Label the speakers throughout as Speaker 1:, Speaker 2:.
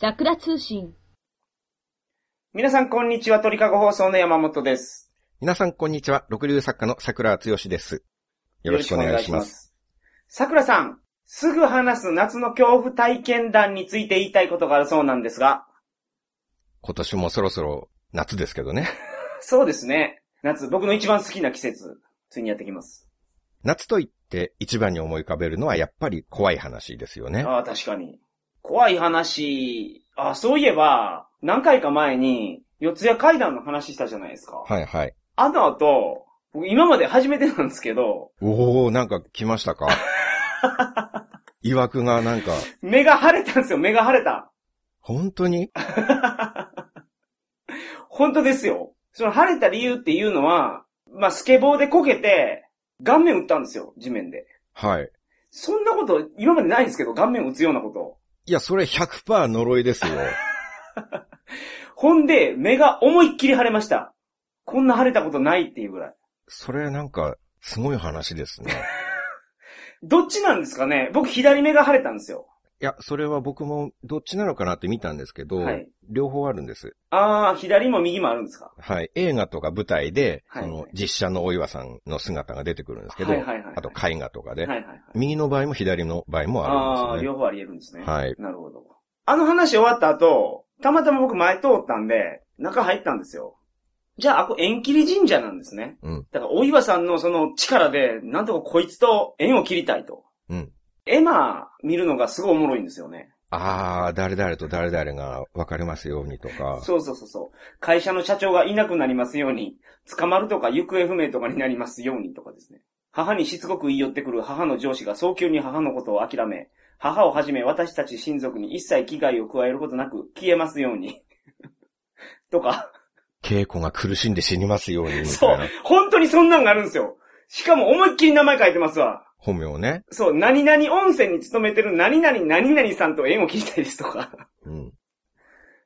Speaker 1: 桜通信。
Speaker 2: 皆さん、こんにちは。鳥かご放送の山本です。
Speaker 3: 皆さん、こんにちは。六流作家の桜剛です。よろしくお願いします。
Speaker 2: す。桜さん、すぐ話す夏の恐怖体験談について言いたいことがあるそうなんですが、
Speaker 3: 今年もそろそろ夏ですけどね。
Speaker 2: そうですね。夏、僕の一番好きな季節、ついにやってきます。
Speaker 3: 夏と言って一番に思い浮かべるのはやっぱり怖い話ですよね。
Speaker 2: ああ、確かに。怖い話。ああ、そういえば、何回か前に、四谷階段の話したじゃないですか。
Speaker 3: はいはい。
Speaker 2: あの後、僕今まで初めてなんですけど、
Speaker 3: おー、なんか来ましたか 疑惑がなんか、
Speaker 2: 目が腫れたんですよ、目が腫れた。
Speaker 3: 本当に
Speaker 2: 本当ですよ。その晴れた理由っていうのは、まあ、スケボーでこけて、顔面打ったんですよ、地面で。
Speaker 3: はい。
Speaker 2: そんなこと、今までないんですけど、顔面打つようなこと。
Speaker 3: いや、それ100%呪いですよ。
Speaker 2: ほんで、目が思いっきり腫れました。こんな腫れたことないっていうぐらい。
Speaker 3: それなんか、すごい話ですね。
Speaker 2: どっちなんですかね僕、左目が腫れたんですよ。
Speaker 3: いや、それは僕もどっちなのかなって見たんですけど、
Speaker 2: はい
Speaker 3: 両方あるんです。
Speaker 2: あー、左も右もあるんですか
Speaker 3: はい。映画とか舞台で、
Speaker 2: はい
Speaker 3: その実写のお岩さんの姿が出てくるんですけど、
Speaker 2: はいはいはい。
Speaker 3: あと絵画とかで、
Speaker 2: はいはいはい。
Speaker 3: 右の場合も左の場合も
Speaker 2: あ
Speaker 3: あ
Speaker 2: あー、
Speaker 3: るんですよ
Speaker 2: 両
Speaker 3: ね。
Speaker 2: 方あり得るんですね。
Speaker 3: はい
Speaker 2: なるほど。あの話終わった後、たまたま僕前通ったんで、中入ったんですよ。じゃあ、あこ縁切り神社なんですね。
Speaker 3: うん。
Speaker 2: だから、お岩さんのその力で、なんとかこいつと縁を切りたいと。
Speaker 3: うん。
Speaker 2: エマ見るのがすごいおもろいんですよね。
Speaker 3: ああ、誰々と誰々が分かれますようにとか、
Speaker 2: そうそうそうそう。会社の社長がいなくなりますように、捕まるとか行方不明とかになりますようにとかですね。母にしつこく言い寄ってくる母の上司が早急に母のことを諦め、母をはじめ私たち親族に一切危害を加えることなく消えますように。 とか、
Speaker 3: 稽古が苦しんで死にますようにみ
Speaker 2: そ
Speaker 3: た
Speaker 2: う
Speaker 3: いな、
Speaker 2: 本当にそんなんがあるんですよ。しかも思いっきり名前書いてますわ。
Speaker 3: 本名ね。
Speaker 2: そう、何々温泉に勤めてる何々何々さんと縁を切りたいですとか。
Speaker 3: うん。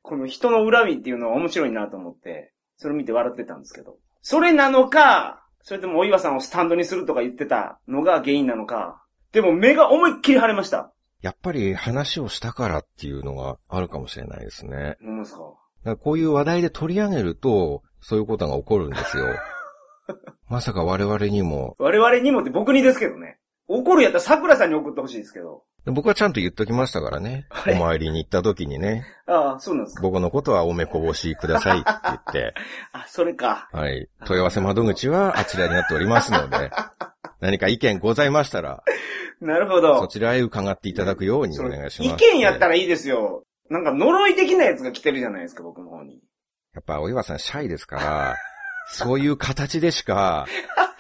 Speaker 2: この人の恨みっていうのは面白いなと思って、それ見て笑ってたんですけど。それなのか、それともお岩さんをスタンドにするとか言ってたのが原因なのか。でも目が思いっきり腫れました。
Speaker 3: やっぱり話をしたからっていうのがあるかもしれないですね。
Speaker 2: 思いますか
Speaker 3: だからこういう話題で取り上げると、そういうことが起こるんで すよ。まさか我々にも、
Speaker 2: 我々にもって僕にですけどね。怒るやったら桜さんに送ってほしいですけど。
Speaker 3: 僕はちゃんと言っときましたからね。お
Speaker 2: れ
Speaker 3: 参りに行った時にね、
Speaker 2: ああ、そうなんですか。
Speaker 3: 僕のことはおめこぼしくださいって 言って、
Speaker 2: あ、それか。
Speaker 3: はい。問い合わせ窓口はあちらになっておりますの で、何か意見ございましたら、
Speaker 2: なるほど。
Speaker 3: そちらへ伺っていただくようにお願いし
Speaker 2: その
Speaker 3: ま
Speaker 2: 意
Speaker 3: す。
Speaker 2: 見やった
Speaker 3: ら。
Speaker 2: らいいですよ。なんか呪い的なやつが来てるじゃないですか、僕の方に。
Speaker 3: やっぱ、お岩さんシャイですから、そういう形で しか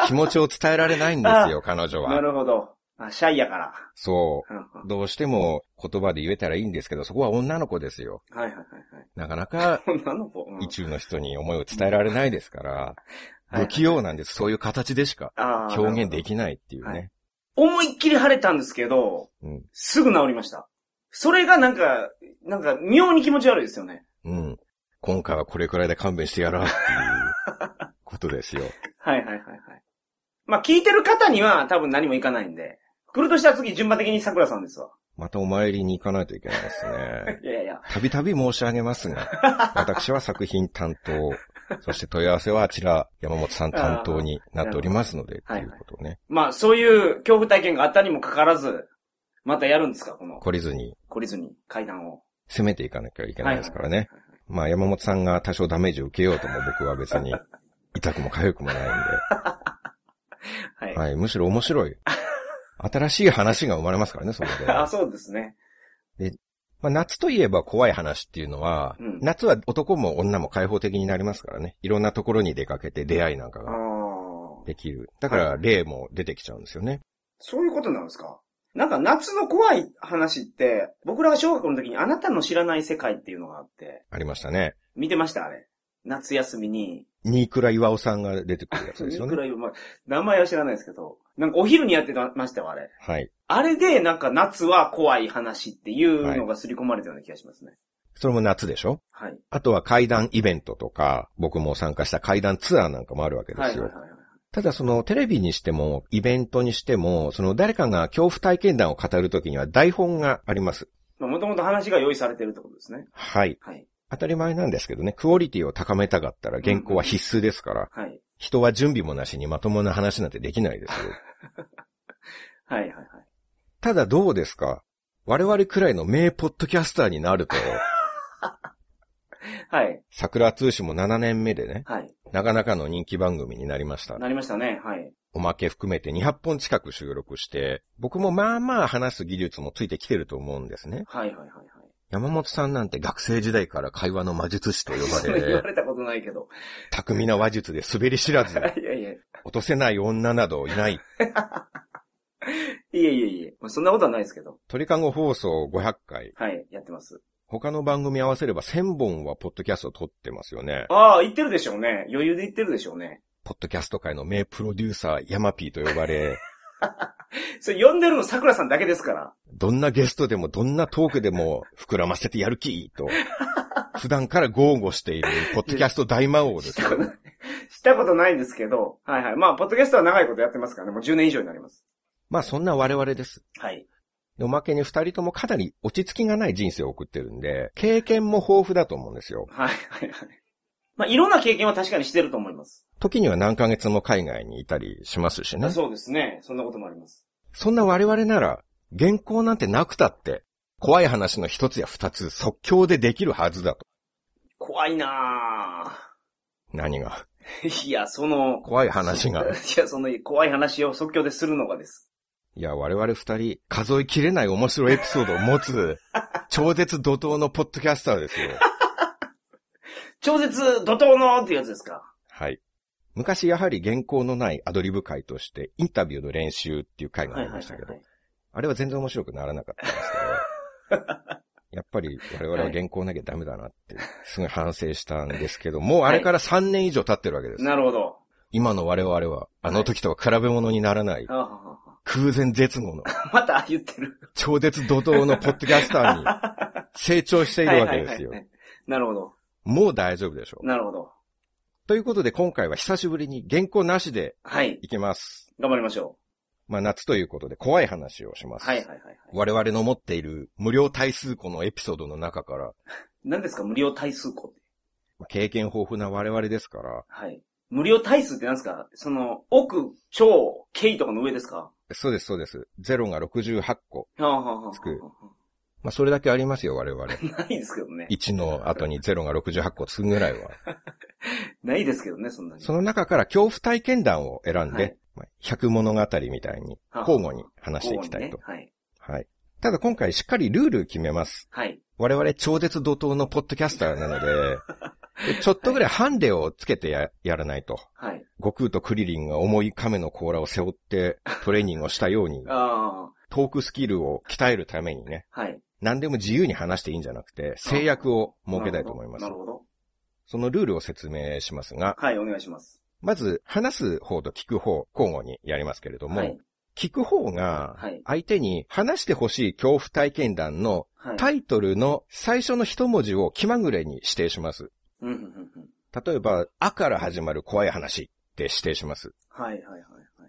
Speaker 3: 気持ちを伝えられないんですよ、彼女
Speaker 2: な
Speaker 3: は。
Speaker 2: るほど。あ、シャイやから。
Speaker 3: そ
Speaker 2: うん
Speaker 3: う。どうしても言葉で言えたらいいんですけど、そこは女の子ですよ。
Speaker 2: うんはいはいはい
Speaker 3: なかなか
Speaker 2: はい。女の子。うん
Speaker 3: 意中の人に思いを伝えられないですから、
Speaker 2: はい
Speaker 3: 不器用なんです。そういう形でしか
Speaker 2: ああ
Speaker 3: 表現できないっていうね。
Speaker 2: 思いっきり腫れたんですけど、
Speaker 3: うん。
Speaker 2: すぐ治りました。それがなんか、なんか妙に気持ち悪いですよね。
Speaker 3: うん。今回はこれくらいで勘弁してやらうっていうことで すよ。
Speaker 2: はいはいはいはい。まあ聞いてる方には多分何もいかないんで。来るとしたら次順番的に桜さんですわ。
Speaker 3: またお参りに行かないといけないですね。
Speaker 2: いやいや。
Speaker 3: たびたび申し上げますが、私は作品担当、そして問い合わせはあちら山本さん担当になっておりますので、
Speaker 2: あ
Speaker 3: と
Speaker 2: ー
Speaker 3: いうことをね、
Speaker 2: まあそういう恐怖体験があったにもかかわらず、またやるんですかこの、
Speaker 3: 懲りずに
Speaker 2: 懲りずに階段を。
Speaker 3: 攻めていかなきゃいけないですか
Speaker 2: は
Speaker 3: ら
Speaker 2: い
Speaker 3: ね。まあ山本さんが多少ダメージを受けようとも僕は別 に痛くも痒くもないん
Speaker 2: はい。
Speaker 3: で、はい、むしろ面白い。新しい話が生まれますからね、それ で。
Speaker 2: あ、そうですね。
Speaker 3: まあ、夏といえば怖い話っていうのは、
Speaker 2: うん
Speaker 3: 夏は男も女も開放的になりますからね。いろんなところに出かけて出会いなんか
Speaker 2: ああ
Speaker 3: が。できる。だから、例も出てきちゃうんですよね。
Speaker 2: そういうことなんですかなんか夏の怖い話って、僕らが小学校の時にあなたの知らない世界っていうのがあって、
Speaker 3: ありましたね。
Speaker 2: 見てましたあれ。夏休みに。
Speaker 3: 新倉岩尾さんが出てくるやつですよ
Speaker 2: いくら
Speaker 3: ね。
Speaker 2: 今まあ名前は知らないですけど。なんかお昼にやってましたよ、あれ。
Speaker 3: はい。
Speaker 2: あれで、なんか夏は怖い話っていうのが刷り込まれたような気がしますね。
Speaker 3: それも夏でしょ
Speaker 2: はい。
Speaker 3: あとは階段イベントとか、僕も参加した階段ツアーなんかもあるわけで
Speaker 2: はい。
Speaker 3: す
Speaker 2: はい
Speaker 3: よ。
Speaker 2: はいはい。
Speaker 3: ただそのテレビにしても、イベントにしても、その誰かが恐怖体験談を語るときには台本があります。
Speaker 2: まあももともと話が用意されてるってことですね。
Speaker 3: はい。
Speaker 2: はい。
Speaker 3: 当たり前なんですけどね、クオリティを高めたかったら原稿は必須ですから、
Speaker 2: はい。
Speaker 3: 人は準備もなしにまともな話なんてできないですよ。
Speaker 2: はいはいはい。
Speaker 3: ただどうですか我々くらいの名ポッドキャスターにな ると、
Speaker 2: はい。
Speaker 3: 桜通信も7年目でね、
Speaker 2: はい。
Speaker 3: なかなかの人気番組になりました。
Speaker 2: なりましたね。はい。
Speaker 3: おまけ含めて200本近く収録して、僕もまあまあ話す技術もついてきてると思うんですね。
Speaker 2: はいはいはいはい。
Speaker 3: 山本さんなんて学生時代から会話の魔術師と呼ば
Speaker 2: それ 言わ
Speaker 3: れ、
Speaker 2: れたことないけど。
Speaker 3: 巧みな話術で滑り知ら ず、
Speaker 2: いやいや。い
Speaker 3: 落とせない女などいない。
Speaker 2: えいえいえ。まあそんなことはないですけど。
Speaker 3: 鳥かご放送500回。
Speaker 2: はい。やってます。
Speaker 3: 他の番組合わせれば1000本はポッドキャストを撮ってますよね。
Speaker 2: ああ、言ってるでしょうね。余裕で言ってるでしょうね。
Speaker 3: ポッドキャスト界の名プロデューサー、ヤマピーと呼ばれ、
Speaker 2: それ呼んでるの桜さんだけですから。
Speaker 3: どんなゲストでもどんなトークでも膨らませてやる気と、普段から豪語しているポッドキャスト大魔王 ですよ。
Speaker 2: したことないんですけど。はいはい。まあ、ポッドキャストは長いことやってますからね。もう10年以上になります。
Speaker 3: まあそんな我々です。
Speaker 2: はい。
Speaker 3: おまけに二人ともかなり落ち着きがない人生を送ってるんで、経験も豊富だと思うんですよ。
Speaker 2: はいはいはい。まあ、いろんな経験は確かにしてると思います。
Speaker 3: 時には何ヶ月も海外にいたりしますしね。
Speaker 2: そうですね。そんなこともあります。
Speaker 3: そんな我々なら、原稿なんてなくたって、怖い話の一つや二つ即興でできるはずだと。
Speaker 2: 怖いな
Speaker 3: 何が
Speaker 2: ぁ。 いや、その、
Speaker 3: 怖い話が。
Speaker 2: いや、その怖い話を即興でするのがです。
Speaker 3: いや、我々二人、数えきれない面白いエピソードを持つ、超絶怒涛のポッドキャスターですよ。
Speaker 2: 超絶怒涛のっていうやつですか。
Speaker 3: はい。昔やはり原稿のないアドリブ会として、インタビューの練習っていう会があ
Speaker 2: はい
Speaker 3: り
Speaker 2: は
Speaker 3: ま
Speaker 2: い
Speaker 3: したけ
Speaker 2: は
Speaker 3: ど
Speaker 2: い、。
Speaker 3: あれは全然面白くならなかったんです けど、やっぱり我々は原稿なきゃダメだなって、すごい反省したんですけど、もうあれから3年以上経ってるわけです。
Speaker 2: なるほど。
Speaker 3: 今の我々は、あの時とは比べ物にならない、
Speaker 2: あははは
Speaker 3: 空前絶後の、
Speaker 2: また言ってる。
Speaker 3: 超絶怒涛のポッドキャスターに成長しているわけ
Speaker 2: はいはい
Speaker 3: ですよ
Speaker 2: はいは。いなるほど。
Speaker 3: もう大丈夫でしょう。
Speaker 2: なるほど。
Speaker 3: ということで今回は久しぶりに原稿なしで
Speaker 2: はい。
Speaker 3: いきます。
Speaker 2: 頑張りましょ
Speaker 3: まあ夏ということで怖い話をしま
Speaker 2: う。
Speaker 3: す。
Speaker 2: はいはいはいはい。
Speaker 3: 我々の持っている無料対数個のエピソードの中から、
Speaker 2: 何ですか無料対数個って。
Speaker 3: まあ経験豊富な我々ですから、
Speaker 2: はい。無料対数って何ですかその、奥、超、K とかの上ですか
Speaker 3: そうですそうです。0が68個。
Speaker 2: はあはあは
Speaker 3: つく
Speaker 2: あ。
Speaker 3: まあそれだけありますよ我々。
Speaker 2: ないですけどね。
Speaker 3: 1の後に0が68個つぐらいは。
Speaker 2: ないですけどね、そんなに。
Speaker 3: その中から恐怖体験談を選ん
Speaker 2: はい
Speaker 3: で、まあ100物語みたいに
Speaker 2: はあ
Speaker 3: 交互に話していきたいと
Speaker 2: 交。互にね
Speaker 3: はい。ただ今回しっかりルール決めます。
Speaker 2: はい。はい。
Speaker 3: 我々超絶怒涛のポッドキャスターなの で、ちょっとぐらいハンデをつけてややらないと。
Speaker 2: はい。
Speaker 3: 悟空とクリリンが重い亀の甲羅を背負ってトレーニングをしたよう に、
Speaker 2: あ
Speaker 3: トークスキルを鍛えるためにね、
Speaker 2: あ。はい。
Speaker 3: 何でも自由に話していいんじゃなくて、制約を設けたいと思います
Speaker 2: な。るほど。
Speaker 3: そのルールを説明しますが、
Speaker 2: はい、お願いします。
Speaker 3: まず話す方と聞く方、交互にやりますけれども、
Speaker 2: はい。
Speaker 3: 聞く方が
Speaker 2: はい
Speaker 3: 相手に話してほしい恐怖体験談の
Speaker 2: はい。
Speaker 3: タイトルの最初の一文字を気まぐれに指定します。
Speaker 2: うん、うん、うんうん。
Speaker 3: 例えば、あから始まる怖い話って指定します。
Speaker 2: はい、はい、はい。はい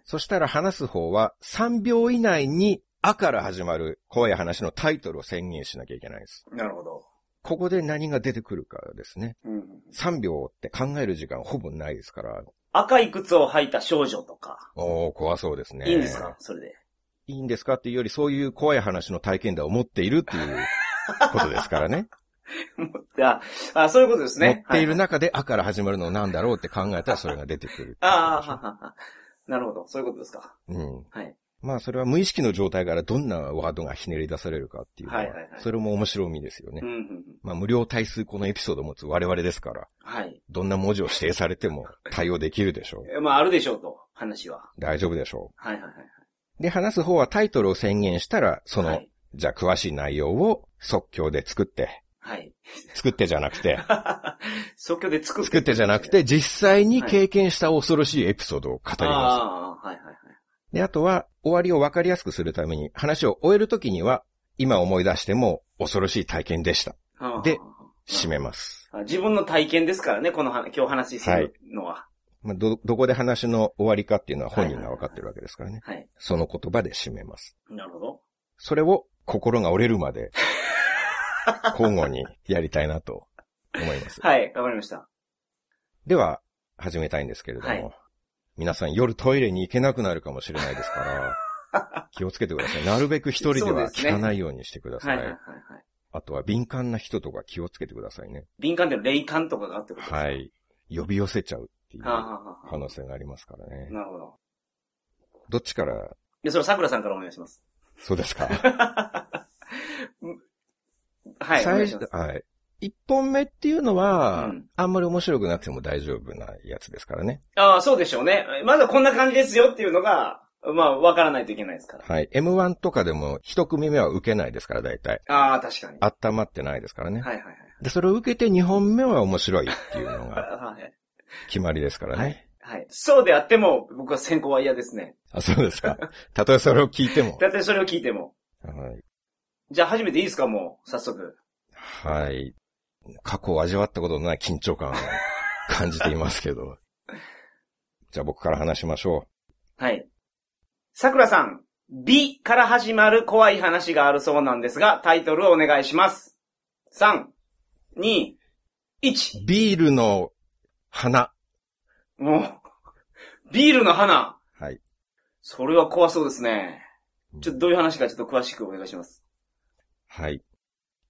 Speaker 3: そしたら話す方は3秒以内にあから始まる怖い話のタイトルを宣言しなきゃいけないです。
Speaker 2: なるほど。
Speaker 3: ここで何が出てくるかですね。
Speaker 2: うんうんうん
Speaker 3: 3秒って考える時間ほぼないですから、
Speaker 2: 赤い靴を履いた少女とか。
Speaker 3: おー、怖そうですね。
Speaker 2: いいんですかそれで。
Speaker 3: いいんですかっていうより、そういう怖い話の体験談を持っているって いうことですからね。
Speaker 2: 持ってあ、あ、そういうことですね。
Speaker 3: 持っている
Speaker 2: はい
Speaker 3: 中で、あから始まるのなんだろうって考えたらそれが出てくる。
Speaker 2: ああ、ははは。なるほど。そういうことですか。
Speaker 3: うん。
Speaker 2: はい。
Speaker 3: まあそれは無意識の状態からどんなワードがひねり出されるかっていうのは、
Speaker 2: はいはいはい
Speaker 3: それも面白みですよね。
Speaker 2: うん、うんうん。
Speaker 3: まあ無料対数このエピソードを持つ我々ですから、
Speaker 2: はい。
Speaker 3: どんな文字を指定されても対応できるでしょう。
Speaker 2: えまあ、あるでしょうと、話は。
Speaker 3: 大丈夫でしょ。
Speaker 2: はい、はい、はいう
Speaker 3: で、話す方はタイトルを宣言したら、その、
Speaker 2: はい。
Speaker 3: じゃあ詳しい内容を即興で作って、
Speaker 2: はい。
Speaker 3: 作ってじゃなくて、
Speaker 2: 即興で作って。
Speaker 3: 作ってじゃなくて、実際に経験した恐ろしいエピソードを語ります。
Speaker 2: ああ、はいはいはい。
Speaker 3: で、あとは、終わりを分かりやすくするために、話を終えるときには、今思い出しても恐ろしい体験でした。
Speaker 2: はあ
Speaker 3: で
Speaker 2: はあはあ
Speaker 3: 締めます。
Speaker 2: あ自分の体験ですからね、このは今日話するのは。
Speaker 3: まあ、ど、どこで話の終わりかっていうのは本人が分かってるわけですからね。
Speaker 2: はい。
Speaker 3: その言葉で締めます。
Speaker 2: なるほど。
Speaker 3: それを、心が折れるまで、交互にやりたいなと思います。
Speaker 2: はい、わかりました。
Speaker 3: では、始めたいんですけれども、
Speaker 2: はい
Speaker 3: 皆さん夜トイレに行けなくなるかもしれないで すから、気をつけてください。なるべく一人で
Speaker 2: そうで
Speaker 3: は
Speaker 2: す
Speaker 3: 聞
Speaker 2: ね
Speaker 3: かないようにしてくださ。
Speaker 2: はいいはいはいはい。
Speaker 3: あとは敏感な人とか気をつけてくださいね。
Speaker 2: 敏感って霊感とかがあってことですか
Speaker 3: は。い。呼び寄せちゃうっていう
Speaker 2: はあ、は
Speaker 3: 可
Speaker 2: あはあ
Speaker 3: 能性がありますからね。
Speaker 2: なるほど。
Speaker 3: どっちから、
Speaker 2: で、それは桜さんからお願いします。
Speaker 3: そうですか。
Speaker 2: はい、お願いし
Speaker 3: 最
Speaker 2: ます。
Speaker 3: 初はい。一本目っていうのは、
Speaker 2: うん
Speaker 3: あんまり面白くなくても大丈夫なやつですからね。
Speaker 2: ああ、そうでしょうね。まずはこんな感じですよっていうのが、まあ、わからないといけないですから。
Speaker 3: はい。M1 とかでも一組目は受けないですから、大体。
Speaker 2: ああ、確かに。は
Speaker 3: 温まってないですからね。
Speaker 2: いはいはい。
Speaker 3: で、それを受けて二本目は面白いっていうのが
Speaker 2: はい。
Speaker 3: 決まりですからね。
Speaker 2: はい。そうであっても、僕は先行は嫌ですね。
Speaker 3: あ、そうで すか。たとえそれを聞いても。
Speaker 2: だってそれを聞いても。
Speaker 3: はい。
Speaker 2: じゃあ始めていいですか、もう、早速。
Speaker 3: はい。過去を味わったことのない緊張感を感じています けど。じゃあ僕から話しましょ
Speaker 2: はい。桜さん、美から始まる怖い話があるそうなんですが、タイトルをお願いします。3、2、1。
Speaker 3: う。ビールの花。
Speaker 2: もう、ビールの花。
Speaker 3: はい。
Speaker 2: それは怖そうですね。ちょっとどういう話かちょっと詳しくお願いします。
Speaker 3: はい。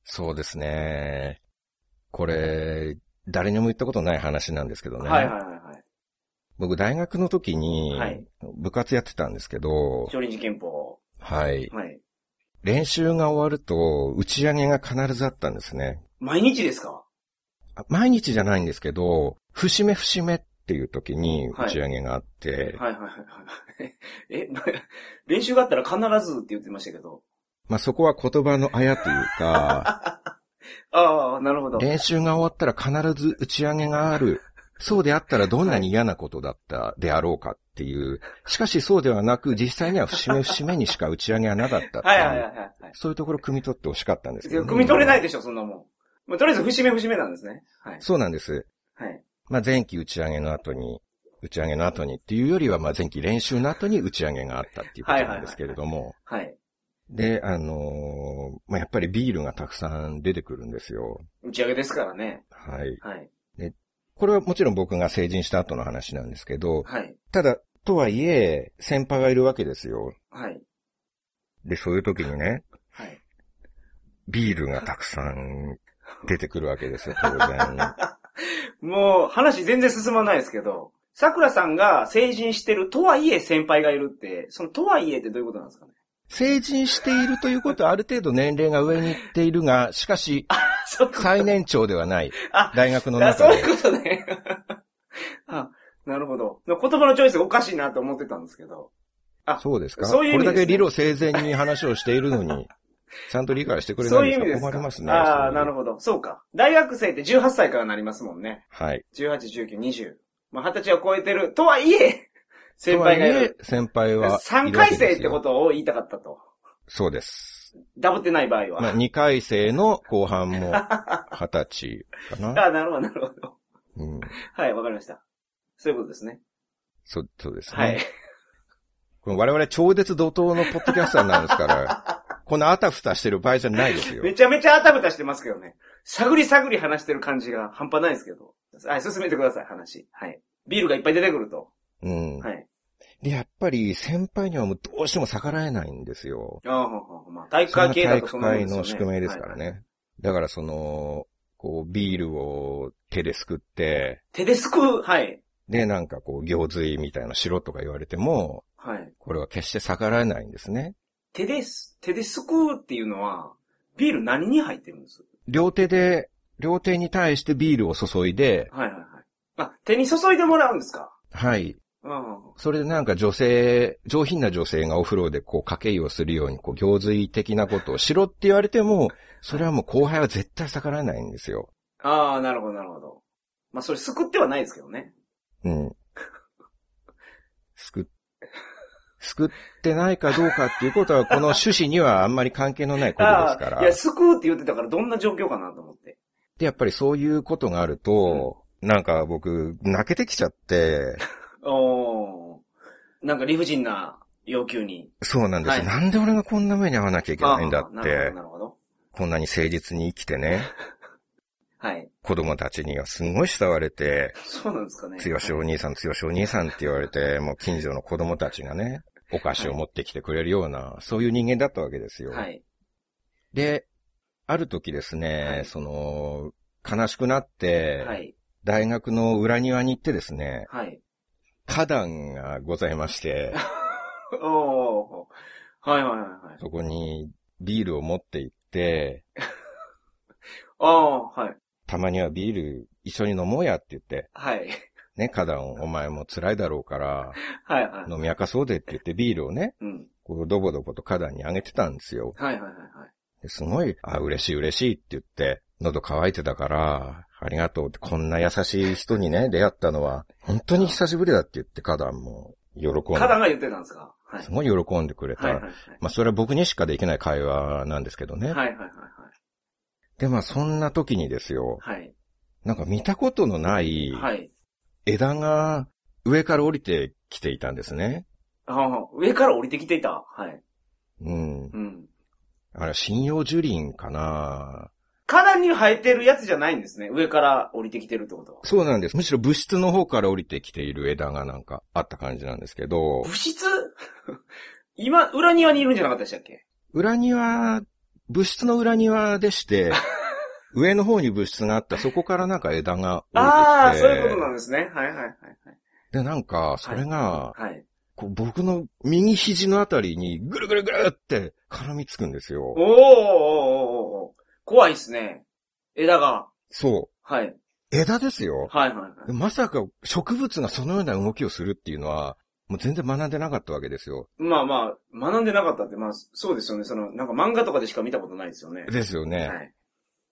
Speaker 3: そうですね。これ、誰にも言ったことない話なんですけどね。
Speaker 2: はいはいはいはい。
Speaker 3: 僕、大学の時に
Speaker 2: はい、
Speaker 3: 部活やってたんですけど、
Speaker 2: 少林寺拳法。
Speaker 3: はい。
Speaker 2: はい。
Speaker 3: 練習が終わると、打ち上げが必ずあったんですね。
Speaker 2: 毎日ですか
Speaker 3: あ毎日じゃないんですけど、節目節目っていう時に
Speaker 2: はい
Speaker 3: 打ち上げがあって、
Speaker 2: はいはいはいはい。え、 練習があったら必ずって言ってましたけど。
Speaker 3: まあそこは言葉のあやという か、
Speaker 2: ああ、なるほど。
Speaker 3: 練習が終わったら必ず打ち上げがある。そうであったらどんなに嫌なことだったであろうかっていう。しかしそうではなく、実際には節目節目にしか打ち上げはなかったって
Speaker 2: はいはいはい
Speaker 3: い
Speaker 2: は
Speaker 3: う。
Speaker 2: いはい。
Speaker 3: そういうところ汲み取ってほしかったんですけど、
Speaker 2: 汲み取れない
Speaker 3: で
Speaker 2: でしょ、そんなもん。もうとりあえず節目節目なんですね。はい。
Speaker 3: そうなんです。
Speaker 2: はい。
Speaker 3: まあ、前期打ち上げの後に、打ち上げの後にっていうよりは、まあ、前期練習の後に打ち上げがあったっていうことなんですけれども、
Speaker 2: はい。
Speaker 3: で、あのーまあ、やっぱりビールがたくさん出てくるんですよ。
Speaker 2: 打ち上げですからね。
Speaker 3: はい。
Speaker 2: はい。
Speaker 3: これはもちろん僕が成人した後の話なんですけど、
Speaker 2: はい。
Speaker 3: ただ、とはいえ、先輩がいるわけですよ。
Speaker 2: はい。
Speaker 3: で、そういう時にね、
Speaker 2: はい。
Speaker 3: ビールがたくさん出てくるわけですよ、当 然。
Speaker 2: もう話全然進まないですけど、桜さんが成人してるとはいえ先輩がいるって、そのとはいえってどういうことなんですかね
Speaker 3: 成人しているということはある程度年齢が上に行っているが、しかし、
Speaker 2: そういうこと
Speaker 3: 最年長ではない。
Speaker 2: あ
Speaker 3: 大学の
Speaker 2: あ、そ
Speaker 3: 中
Speaker 2: う
Speaker 3: で。
Speaker 2: いうことね。 あ、なるほど。言葉のチョイスがおかしいなと思ってたんですけど。
Speaker 3: そうですか
Speaker 2: そういう意
Speaker 3: こ
Speaker 2: 味
Speaker 3: れだけ
Speaker 2: ですね
Speaker 3: 理路整然に話をしているの に、ちゃんと理解してくれ
Speaker 2: そ
Speaker 3: な
Speaker 2: う
Speaker 3: い
Speaker 2: いう
Speaker 3: ん
Speaker 2: 意味
Speaker 3: で
Speaker 2: ですす
Speaker 3: か
Speaker 2: か。
Speaker 3: 困りますね。
Speaker 2: ああ、
Speaker 3: それ
Speaker 2: なるほど。そうか。大学生って18歳からなりますもんね。
Speaker 3: はい。
Speaker 2: 18、19、20。まあ、20歳を超えてる。とはいえ、先輩がい
Speaker 3: とはいえ
Speaker 2: る。
Speaker 3: 先輩はいるわけですよ。
Speaker 2: 3回生ってことを言いたかったと。
Speaker 3: そうです。
Speaker 2: ダブってない場合
Speaker 3: まあ、
Speaker 2: は。
Speaker 3: 2回生の後半も20歳かな。
Speaker 2: ああ、なるほど、なるほど。
Speaker 3: うん。
Speaker 2: はい、わかりました。そういうことですね。
Speaker 3: そう、そうですね。
Speaker 2: はい。
Speaker 3: この我々超絶怒涛のポッドキャスターなんで すから、このあたふたしてる場合じゃないですよ
Speaker 2: め。ちゃめちゃあたふたしてますけどね。探り探り話してる感じが半端ないですけど。はい、進めてください、話。はい。ビールがいっぱい出てくると。
Speaker 3: うん。
Speaker 2: はい。
Speaker 3: で、やっぱり先輩にはもうどうしても逆らえないんですよ。
Speaker 2: ああ、ほんほんほんまあ、体育
Speaker 3: それ
Speaker 2: 会
Speaker 3: が
Speaker 2: 系
Speaker 3: 体
Speaker 2: だと
Speaker 3: 育
Speaker 2: そんなもん
Speaker 3: 会
Speaker 2: ですよね。
Speaker 3: の宿命ですからね。
Speaker 2: はい
Speaker 3: だからその、こう、ビールを手ですくって、
Speaker 2: 手ですくう、はい。
Speaker 3: で、なんかこう、行水みたいなしろとか言われても、
Speaker 2: はい。
Speaker 3: これは決して逆らえないんですね。
Speaker 2: 手です、手ですくうっていうのは、ビール何に入ってるんです
Speaker 3: 両手で、両手に対してビールを注いで、
Speaker 2: はいはいはい。あ、手に注いでもらうんですか
Speaker 3: はい。
Speaker 2: うんうんうん。
Speaker 3: それでなんか女性、上品な女性がお風呂でこう、掛け湯をするように、こう、行水的なことをしろって言われても、それはもう後輩は絶対逆らえないんですよ。
Speaker 2: ああ、なるほどなるほど。まあ、それすくってはないですけどね。
Speaker 3: うん。すく、すくってないかどうかっていうことは、この趣旨にはあんまり関係のないことです
Speaker 2: あ
Speaker 3: か
Speaker 2: あ
Speaker 3: ら。
Speaker 2: ー、いや、すくうって言ってたからどんな状況かなと思って。
Speaker 3: で、やっぱりそういうことがあると、なんか僕、泣けてきちゃって、
Speaker 2: おー。なんか理不尽な要求に。
Speaker 3: そうなんです、
Speaker 2: はい
Speaker 3: なんで俺がこんな目に遭わなきゃいけないんだ
Speaker 2: あー
Speaker 3: っ
Speaker 2: なるほど、
Speaker 3: て、
Speaker 2: なるほど。
Speaker 3: こんなに誠実に生きてね、
Speaker 2: はい。
Speaker 3: 子供たちにはすんごい慕われて、
Speaker 2: そうなんですかね。
Speaker 3: つよしお兄さん、つよしお兄さんって言われて、もう近所の子供たちがね、お菓子を持ってきてくれるような、そういう人間だったわけですよ。
Speaker 2: はい。
Speaker 3: で、ある時ですね、
Speaker 2: はい
Speaker 3: その、悲しくなって、
Speaker 2: はい。
Speaker 3: 大学の裏庭に行ってですね、
Speaker 2: はい。
Speaker 3: 花壇がございまして、
Speaker 2: おー。はいはいはいはい。
Speaker 3: そこにビールを持って行って、
Speaker 2: ああ、はい。
Speaker 3: たまにはビール一緒に飲もうやって言って、
Speaker 2: はい。
Speaker 3: ね、花壇お前も辛いだろ うから、
Speaker 2: はいはい。
Speaker 3: 飲み明かそうでって言ってビールをね、
Speaker 2: うん。
Speaker 3: こうドボドボと花壇にあげてたんですよ。
Speaker 2: はいはいはい
Speaker 3: ですごい、あ、嬉しい嬉しいって言って、喉乾いてたから、ありがとうって、こんな優しい人にね、出会ったのは、本当に久しぶりだって言って、花壇も、喜ん
Speaker 2: はい。花
Speaker 3: で、
Speaker 2: が言ってたんですかはい
Speaker 3: す。ごい喜んでくれた。
Speaker 2: はいはいはい。
Speaker 3: まあ、それは僕にしかできない会話なんですけど
Speaker 2: は
Speaker 3: ね。
Speaker 2: いはいはい
Speaker 3: で、まあ、そんな時にですよ、
Speaker 2: はい。
Speaker 3: なんか見たことのない
Speaker 2: はい。はい。
Speaker 3: 枝が上から降りてきていたんですね。
Speaker 2: ああ、上から降りてきていた。はい。
Speaker 3: うん。
Speaker 2: うん。
Speaker 3: あれ、針葉樹林かな
Speaker 2: 花壇に生えてるやつじゃないんですね。上から降りてきてるってことは。
Speaker 3: そうなんです。むしろ物質の方から降りてきている枝がなんかあった感じなんですけど。
Speaker 2: 物質 今、裏庭にいるんじゃなかったでしたっけ
Speaker 3: 裏庭、物質の裏庭 でして、上の方に物質があった、そこからなんか枝が降りてきて。
Speaker 2: ああ、そういうことなんですね。はいはいはい
Speaker 3: で、なんか、それが、
Speaker 2: はい。はい。
Speaker 3: こう僕の右肘のあたりにぐるぐるぐるって絡みつくんですよ
Speaker 2: おー。おーおーおーおー怖いっすね。枝が。
Speaker 3: そ
Speaker 2: はい。
Speaker 3: う。枝ですよ。
Speaker 2: はいはいはい。
Speaker 3: まさか植物がそのような動きをするっていうのは、もう全然学んでなかったわけですよ。
Speaker 2: まあまあ、学んでなかったって、まあ、そうですよね。その、なんか漫画とかでしか見たことないですよね。
Speaker 3: ですよね。
Speaker 2: はい。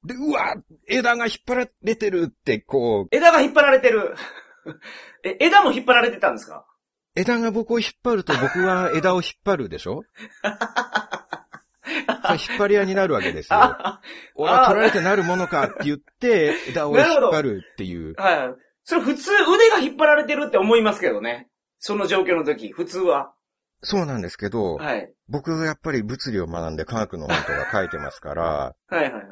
Speaker 3: で、うわ枝が引っ張られてるって、こう、
Speaker 2: 枝が引っ張られてる。 え、枝も引っ張られてたんですか
Speaker 3: 枝が僕を引っ張ると僕は枝を引っ張るで しょさあ引っ張り屋になるわけ ですよ。
Speaker 2: あ
Speaker 3: 俺は取られてなるものかって言って、枝を引っ張るっていう。
Speaker 2: あはい。それ普通腕が引っ張られてるって思いますけどね。その状況の時、普通は。
Speaker 3: そうなんですけど、
Speaker 2: はい。
Speaker 3: 僕はやっぱり物理を学んで科学の本とか書いてますから、
Speaker 2: はいはいはいはい。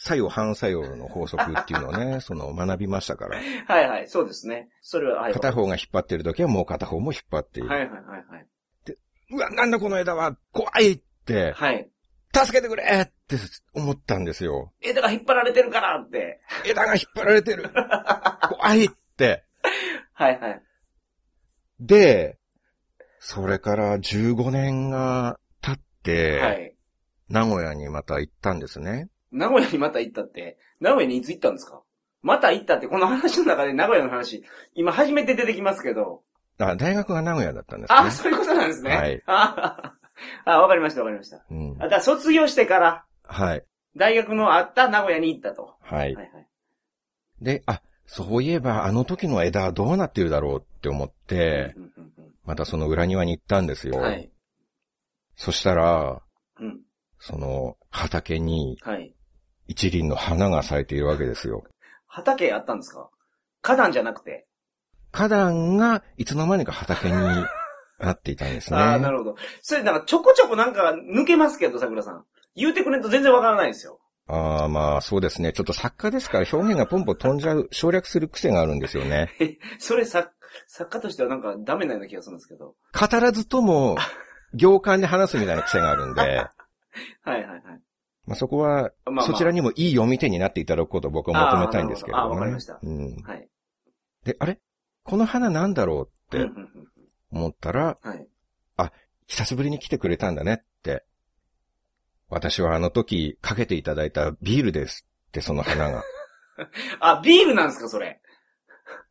Speaker 3: 作用反作用の法則っていうの をね、その学びましたから。
Speaker 2: はいはい、そうですね。それは、はい。
Speaker 3: 片方が引っ張ってる時はもう片方も引っ張っている。
Speaker 2: はいはいはいはい。
Speaker 3: うわ、なんだこの枝は怖いって、
Speaker 2: はい。
Speaker 3: 助けてくれって思ったんで すよ。
Speaker 2: 枝が引っ張られてるからって。
Speaker 3: 枝が引っ張られてる怖いって。
Speaker 2: はいはい。
Speaker 3: で、それから15年が経って、
Speaker 2: はい。
Speaker 3: 名古屋にまた行ったんですね。
Speaker 2: 名古屋にまた行ったって、名古屋にいつ行ったんですかまた行ったって、この話の中で名古屋の話、今初めて出てきますけど。
Speaker 3: あ、大学が名古屋だったんですね。
Speaker 2: あ、そういうことなんですね。
Speaker 3: はい
Speaker 2: ああ、わかりましたわかりました。あ、
Speaker 3: うん
Speaker 2: だから卒業してから、
Speaker 3: はい。
Speaker 2: 大学のあった名古屋に行ったと。
Speaker 3: はい。
Speaker 2: はいはい。
Speaker 3: で、あ、そういえばあの時の枝はどうなってるだろうって思って、
Speaker 2: うんうんうん
Speaker 3: またその裏庭に行ったんですよ。
Speaker 2: うんはい。
Speaker 3: そしたら、
Speaker 2: うん。
Speaker 3: その畑に
Speaker 2: はい。
Speaker 3: 一輪の花が咲いているわけですよ。
Speaker 2: 畑あったんですか花壇じゃなくて。
Speaker 3: 花壇がいつの間にか畑になっていたんですね。
Speaker 2: ああ、なるほど。それなんかちょこちょこなんか抜けますけど、桜さん。言うてくれんと全然わからないですよ。
Speaker 3: ああ、まあそうですね。ちょっと作家ですから表現がポンポン飛んじゃう、省略する癖があるんですよね。
Speaker 2: それ作、作家としてはなんかダメなような気がするんですけど。
Speaker 3: 語らずとも、行間で話すみたいな癖があるん で、
Speaker 2: はいはいはい。
Speaker 3: まあそこ
Speaker 2: ま
Speaker 3: は、
Speaker 2: あまあ
Speaker 3: そちらにもいい読み手になっていただくことを僕は求めたいんですけれども、
Speaker 2: あ
Speaker 3: ね。
Speaker 2: ーなるほどあーわかりました
Speaker 3: うん。
Speaker 2: はい。
Speaker 3: で、あれこの花なんだろう
Speaker 2: うんう
Speaker 3: っ
Speaker 2: ん
Speaker 3: て思ったら、
Speaker 2: うんはい。
Speaker 3: 久しぶりに来てくれたんだねって。私はあの時かけていただいたビールですって、その花 が。
Speaker 2: あ、ビールなんですか、それ。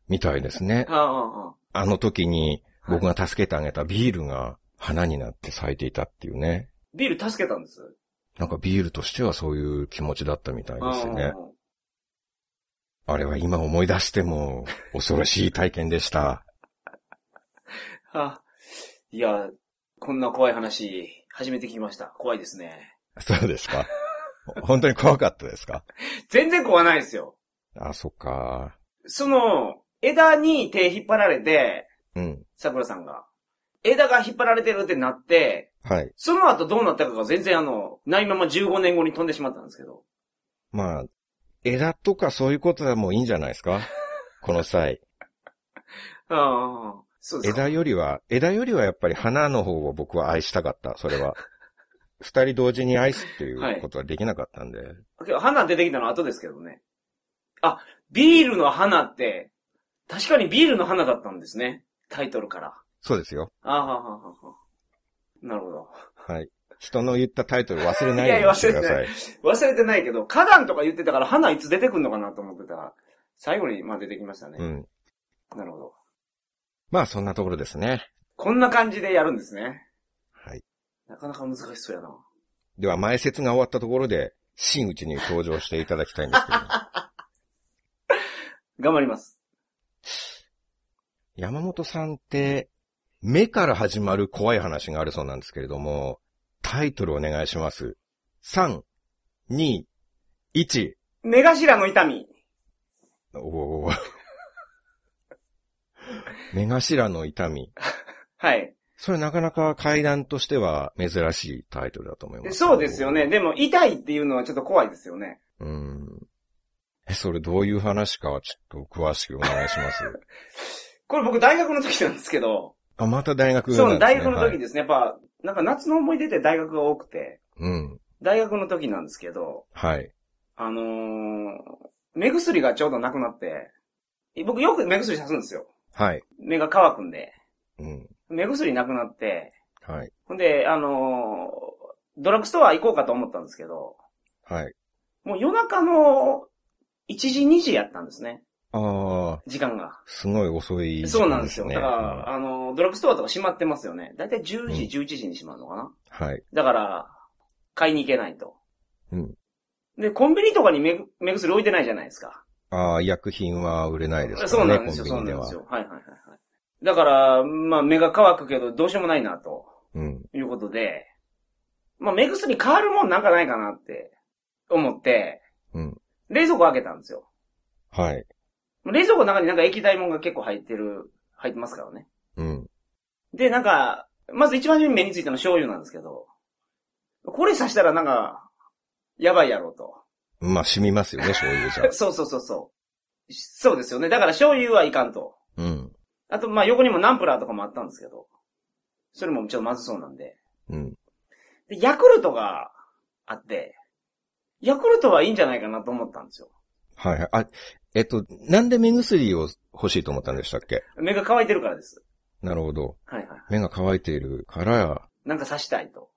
Speaker 3: みたいですね
Speaker 2: あ。あ、ああ。
Speaker 3: あの時に僕
Speaker 2: は
Speaker 3: が助けてあげたビールが花になって咲いていたっていうね。
Speaker 2: ビール助けたんです。
Speaker 3: なんかビールとしてはそういう気持ちだったみたいですね。
Speaker 2: うんうんうん
Speaker 3: あれは今思い出しても恐ろしい体験 でした。
Speaker 2: あ、いや、こんな怖い話、初めて聞きました。怖いですね。
Speaker 3: そうですか。本当に怖かったですか
Speaker 2: 全然怖ないですよ。
Speaker 3: あ、そっか。
Speaker 2: その、枝に手引っ張られて、
Speaker 3: うん。
Speaker 2: 桜さんが。枝が引っ張られてるってなって、
Speaker 3: はい。
Speaker 2: その後どうなったかが全然あの、ないまま15年後に飛んでしまったんですけど。
Speaker 3: まあ、枝とかそういうことはもういいんじゃないですかこの際。
Speaker 2: ああ、そうですか。
Speaker 3: 枝よりは、枝よりはやっぱり花の方を僕は愛したかった、それは。二人同時に愛すっていうことはできなかったんで。
Speaker 2: けど花出てきたのは後ですけどね。あ、ビールの花って、確かにビールの花だったんですね。タイトルから。
Speaker 3: そうですよ。
Speaker 2: あーははははなるほど。
Speaker 3: はい。人の言ったタイトル忘れない
Speaker 2: いやい
Speaker 3: よう
Speaker 2: や
Speaker 3: にしてくだ
Speaker 2: 忘
Speaker 3: さい。
Speaker 2: 忘れてないけど、花壇とか言ってたから花いつ出てくんのかなと思ってたら、最後にまあ出てきましたね。
Speaker 3: うん。
Speaker 2: なるほど。
Speaker 3: まあそんなところですね。
Speaker 2: こんな感じでやるんですね。
Speaker 3: はい。
Speaker 2: なかなか難しそうやな。
Speaker 3: では前説が終わったところで、真打ちに登場していただきたいんで すけど、
Speaker 2: 頑張ります。
Speaker 3: 山本さんって、目から始まる怖い話があるそうなんですけれども、タイトルお願いします。3、2、1。
Speaker 2: 目頭の痛み。
Speaker 3: おー。 目頭の痛み。
Speaker 2: はい。
Speaker 3: それなかなか階段としては珍しいタイトルだと思います。
Speaker 2: そうですよね。。でも、痛いっていうのはちょっと怖いですよね。
Speaker 3: うん。え、それどういう話かはちょっと詳しくお願いします。
Speaker 2: これ僕大学の時なんですけど、
Speaker 3: あ、また大学なんです
Speaker 2: そ
Speaker 3: ね。
Speaker 2: う、大学の
Speaker 3: は
Speaker 2: 時
Speaker 3: い
Speaker 2: ですね。やっぱ、なんか夏の思い出って大学が多くて、
Speaker 3: うん。
Speaker 2: 大学の時なんですけど、
Speaker 3: はい。
Speaker 2: あのー、目薬がちょうどなくなって、僕よく目薬さすんですよ。
Speaker 3: はい。
Speaker 2: 目が乾くんで。
Speaker 3: うん。
Speaker 2: 目薬なくなって、
Speaker 3: はい。
Speaker 2: ほんで、あのー、ドラッグストア行こうかと思ったんですけど、
Speaker 3: はい。
Speaker 2: もう夜中の1時2時やったんですね。
Speaker 3: ああ、
Speaker 2: 時間が。
Speaker 3: すごい遅い時
Speaker 2: そうな
Speaker 3: 間
Speaker 2: ん
Speaker 3: で
Speaker 2: です
Speaker 3: す
Speaker 2: よ。
Speaker 3: ね。
Speaker 2: だから、あの、ドラッグストアとか閉まってますよね。だいたい10時、11時に閉まるのかな。
Speaker 3: うんはい。
Speaker 2: だから、買いに行けないと。
Speaker 3: うん。
Speaker 2: で、コンビニとかに目目薬置いてないじゃないですか。
Speaker 3: ああ、医薬品は売れないですか
Speaker 2: そう
Speaker 3: ら
Speaker 2: なん
Speaker 3: ね、コ
Speaker 2: ですよ、
Speaker 3: ンビ
Speaker 2: そう
Speaker 3: ニで
Speaker 2: なんで
Speaker 3: は
Speaker 2: す。よ。はいはいはいはい。だから、まあ目が乾くけど、どうしようもないな、と
Speaker 3: うん。
Speaker 2: いうことで、まあ目薬変わるもんなんかないかなって思って、
Speaker 3: うん。
Speaker 2: 冷蔵庫開けたんですよ。
Speaker 3: はい。
Speaker 2: 冷蔵庫の中になんか液体もんが結構入ってる、入ってますからね。
Speaker 3: うん。
Speaker 2: で、なんか、まず一番初めに目についたのは醤油なんですけど、これ刺したらなんか、やばいやろうと。
Speaker 3: まあ、染みますよね、醤油じゃ。
Speaker 2: そうそうそうそう。そうですよね。だから醤油はいかんと。
Speaker 3: うん。
Speaker 2: あと、まあ横にもナンプラーとかもあったんですけど、それもちょっとまずそうなんで。
Speaker 3: うん。
Speaker 2: で、ヤクルトがあって、ヤクルトはいいんじゃないかなと思ったんですよ。
Speaker 3: はいはい。あ、えっと、なんで目薬を欲しいと思ったんでしたっけ
Speaker 2: 目が乾いてるからです。
Speaker 3: なるほど。
Speaker 2: はいはい。
Speaker 3: 目が乾いているから、
Speaker 2: なんか刺したいと。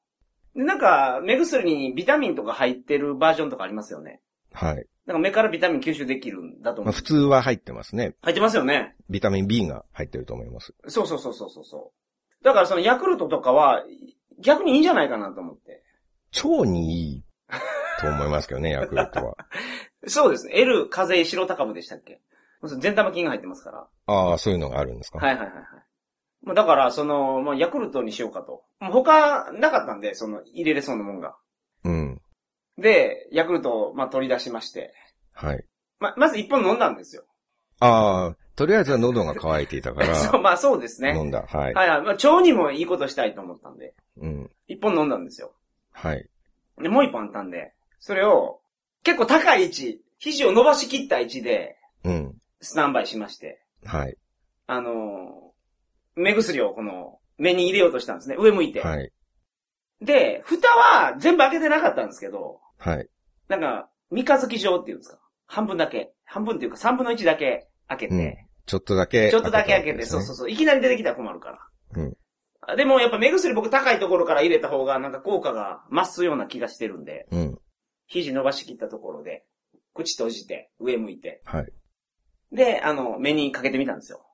Speaker 2: で、なんか、目薬にビタミンとか入ってるバージョンとかありますよね。
Speaker 3: はい。
Speaker 2: なんか目からビタミン吸収できるんだと
Speaker 3: ま
Speaker 2: 思
Speaker 3: あ、
Speaker 2: う。
Speaker 3: 普通は入ってますね。
Speaker 2: 入ってますよね。
Speaker 3: ビタミン B が入ってると思います。
Speaker 2: そうそうそうそうそうそう。だからそのヤクルトとかは、逆にいいんじゃないかなと思って。
Speaker 3: 腸にいいと思いますけ どね、ヤクルトは。
Speaker 2: そうですね。L 風邪白高部でしたっけ全玉菌が入ってますから。
Speaker 3: ああ、そういうのがあるんですか
Speaker 2: はいはいはいはい。まあだから、その、まあ、ヤクルトにしようかと。もう他なかったんで、その、入れれそうなもんが。
Speaker 3: うん。
Speaker 2: で、ヤクルトを、まあ、取り出しまして。
Speaker 3: はい。
Speaker 2: ま、まず一本飲んだんですよ。
Speaker 3: ああ、とりあえずは喉が渇いていたか
Speaker 2: そう、
Speaker 3: ら、
Speaker 2: まあそうですね。
Speaker 3: 飲んだ。はい。
Speaker 2: はいはい。まあ、腸にもいいことしたいと思ったんで、
Speaker 3: うん。
Speaker 2: 一本飲んだんですよ。
Speaker 3: はい。
Speaker 2: で、もう一本あったんで、それを、結構高い位置、肘を伸ばしきった位置で、
Speaker 3: うん。
Speaker 2: スタンバイしまして、
Speaker 3: はい。
Speaker 2: あのー目薬をこの、目に入れようとしたんですね。上向いて。
Speaker 3: はい。
Speaker 2: で、蓋は全部開けてなかったんですけど、
Speaker 3: はい。
Speaker 2: なんか、三日月状っていうんですか。半分だけ。半分っていうか、三分の一だけ開けて、
Speaker 3: うん。ちょっとだけ。
Speaker 2: ちょっとだけ開けて、そうそう
Speaker 3: う。
Speaker 2: そう。いきなり出てきたら困るから。
Speaker 3: うん
Speaker 2: あでもやっぱ目薬僕高いところから入れた方がなんか効果が増すような気がしてるんで、
Speaker 3: うん。
Speaker 2: 肘伸ばしきったところで、口閉じて、上向いて。
Speaker 3: はい。
Speaker 2: で、あの、目にかけてみたんですよ。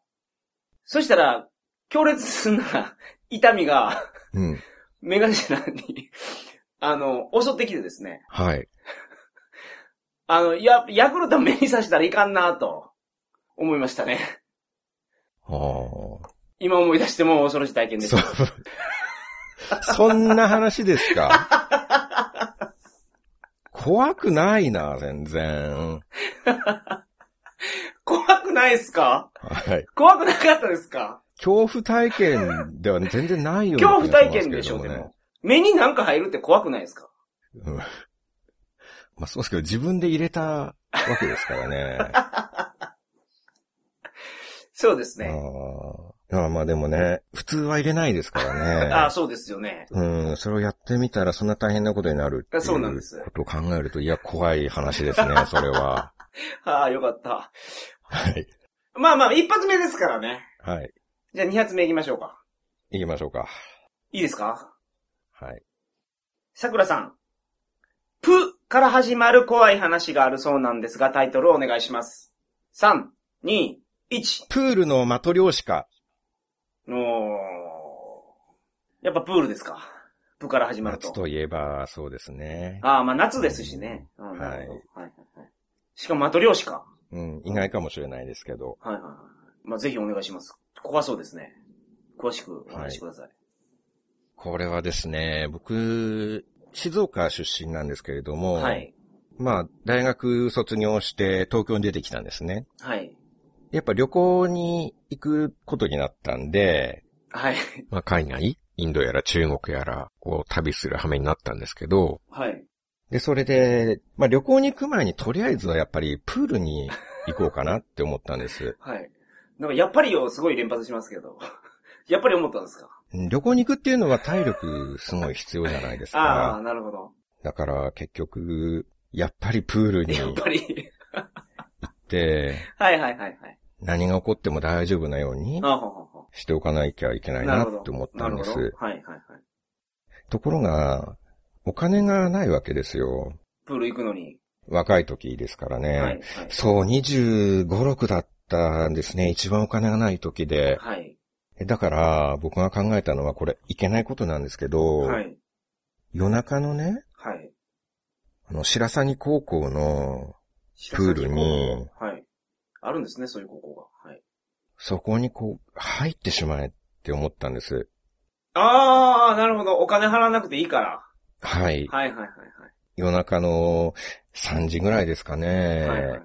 Speaker 2: そしたら、強烈な 痛みが、
Speaker 3: うん。
Speaker 2: 目頭に、 あの、襲ってきてですね。
Speaker 3: はい。
Speaker 2: あの、や、ヤクルト目に刺したらいかんなと、思いましたね。
Speaker 3: ああ。
Speaker 2: 今思い出しても恐ろしい体験でし
Speaker 3: そ
Speaker 2: た。
Speaker 3: う。そんな話ですか 怖くないな、全然。
Speaker 2: 怖くないっすか
Speaker 3: あはい。
Speaker 2: 怖くなかったですか
Speaker 3: 恐怖体験では全然ないような
Speaker 2: 恐怖
Speaker 3: 気がし
Speaker 2: 体
Speaker 3: ます
Speaker 2: 験
Speaker 3: け
Speaker 2: で
Speaker 3: れ
Speaker 2: し
Speaker 3: ど
Speaker 2: ょ、
Speaker 3: も
Speaker 2: で
Speaker 3: ね。
Speaker 2: も。目になんか入るって怖くないですか
Speaker 3: うんまあそうですけど、自分で入れたわけですからね。
Speaker 2: そうです
Speaker 3: あ
Speaker 2: ね。
Speaker 3: ーあーまあでもね、普通は入れないですから ね。
Speaker 2: ああ、そうですよね。
Speaker 3: うん、それをやってみたらそんな大変なことになるってい
Speaker 2: あそうなんです
Speaker 3: うことを考えると、いや、怖い話で すね、それは。
Speaker 2: ああ、よかった。
Speaker 3: はい。
Speaker 2: まあまあ、一発目ですからね。
Speaker 3: はい。
Speaker 2: じゃあ二発目行きましょうか。
Speaker 3: 行きましょうか。
Speaker 2: いいですか
Speaker 3: はい。
Speaker 2: 桜さん。プから始まる怖い話があるそうなんですが、タイトルをお願いします。3、2、1。
Speaker 3: プールのマトリョーシカ。
Speaker 2: おー。やっぱプールですか。プから始まると。
Speaker 3: 夏といえば、そうですね。
Speaker 2: ああ、まあ夏ですしね。うん
Speaker 3: はい
Speaker 2: なるほどはいはいはいしかも、マトリョーシか。
Speaker 3: うん、意外かもしれないですけど。
Speaker 2: はいはいはい。まあぜひお願いします。怖そうですね。詳しくお話しください。
Speaker 3: これはですね、僕、静岡出身なんですけれども、
Speaker 2: はい。
Speaker 3: まあ、大学卒業して東京に出てきたんですね。
Speaker 2: はい。
Speaker 3: やっぱ旅行に行くことになったんで、
Speaker 2: はい。
Speaker 3: まあ海外、インドやら中国やらを旅する羽目になったんですけど、
Speaker 2: はい。
Speaker 3: で、それで、まあ旅行に行く前にとりあえずはやっぱりプールに行こうかなって思ったんです。
Speaker 2: はい。なんか、やっぱりをすごい連発しますけど。 やっぱり思ったんですか
Speaker 3: 旅行に行くっていうのは体力すごい必要じゃないです
Speaker 2: ああ、
Speaker 3: か。
Speaker 2: なるほど。
Speaker 3: だから結局、やっぱりプールに
Speaker 2: や
Speaker 3: 行
Speaker 2: っ
Speaker 3: っ
Speaker 2: ぱり。
Speaker 3: て、
Speaker 2: はいはいはいはい。
Speaker 3: 何が起こっても大丈夫なように
Speaker 2: ああ、ほうほうほ
Speaker 3: しておかなきゃいけ
Speaker 2: う
Speaker 3: ない
Speaker 2: な
Speaker 3: な
Speaker 2: るほど。
Speaker 3: って思ったんで
Speaker 2: なる
Speaker 3: す。
Speaker 2: ほどはいはいはい。
Speaker 3: ところが、お金がないわけですよ。
Speaker 2: プール行くのに。
Speaker 3: 若い時ですからね。
Speaker 2: はいはい。
Speaker 3: そう、25、6だったんですね。一番お金がない時で。
Speaker 2: はい。
Speaker 3: だから、僕が考えたのはこれ、いけないことなんですけど、
Speaker 2: はい。
Speaker 3: 夜中のね、
Speaker 2: はい。
Speaker 3: あの、白鷺高校の、プールに
Speaker 2: はい。あるんですね、そういう高校が。はい。
Speaker 3: そこにこう、入ってしまえって思ったんです。
Speaker 2: ああ、なるほど。お金払わなくていいから。
Speaker 3: はい。
Speaker 2: はいはいはい
Speaker 3: 夜中の3時ぐらいですか
Speaker 2: は
Speaker 3: ね。
Speaker 2: い。はいはいはいはい。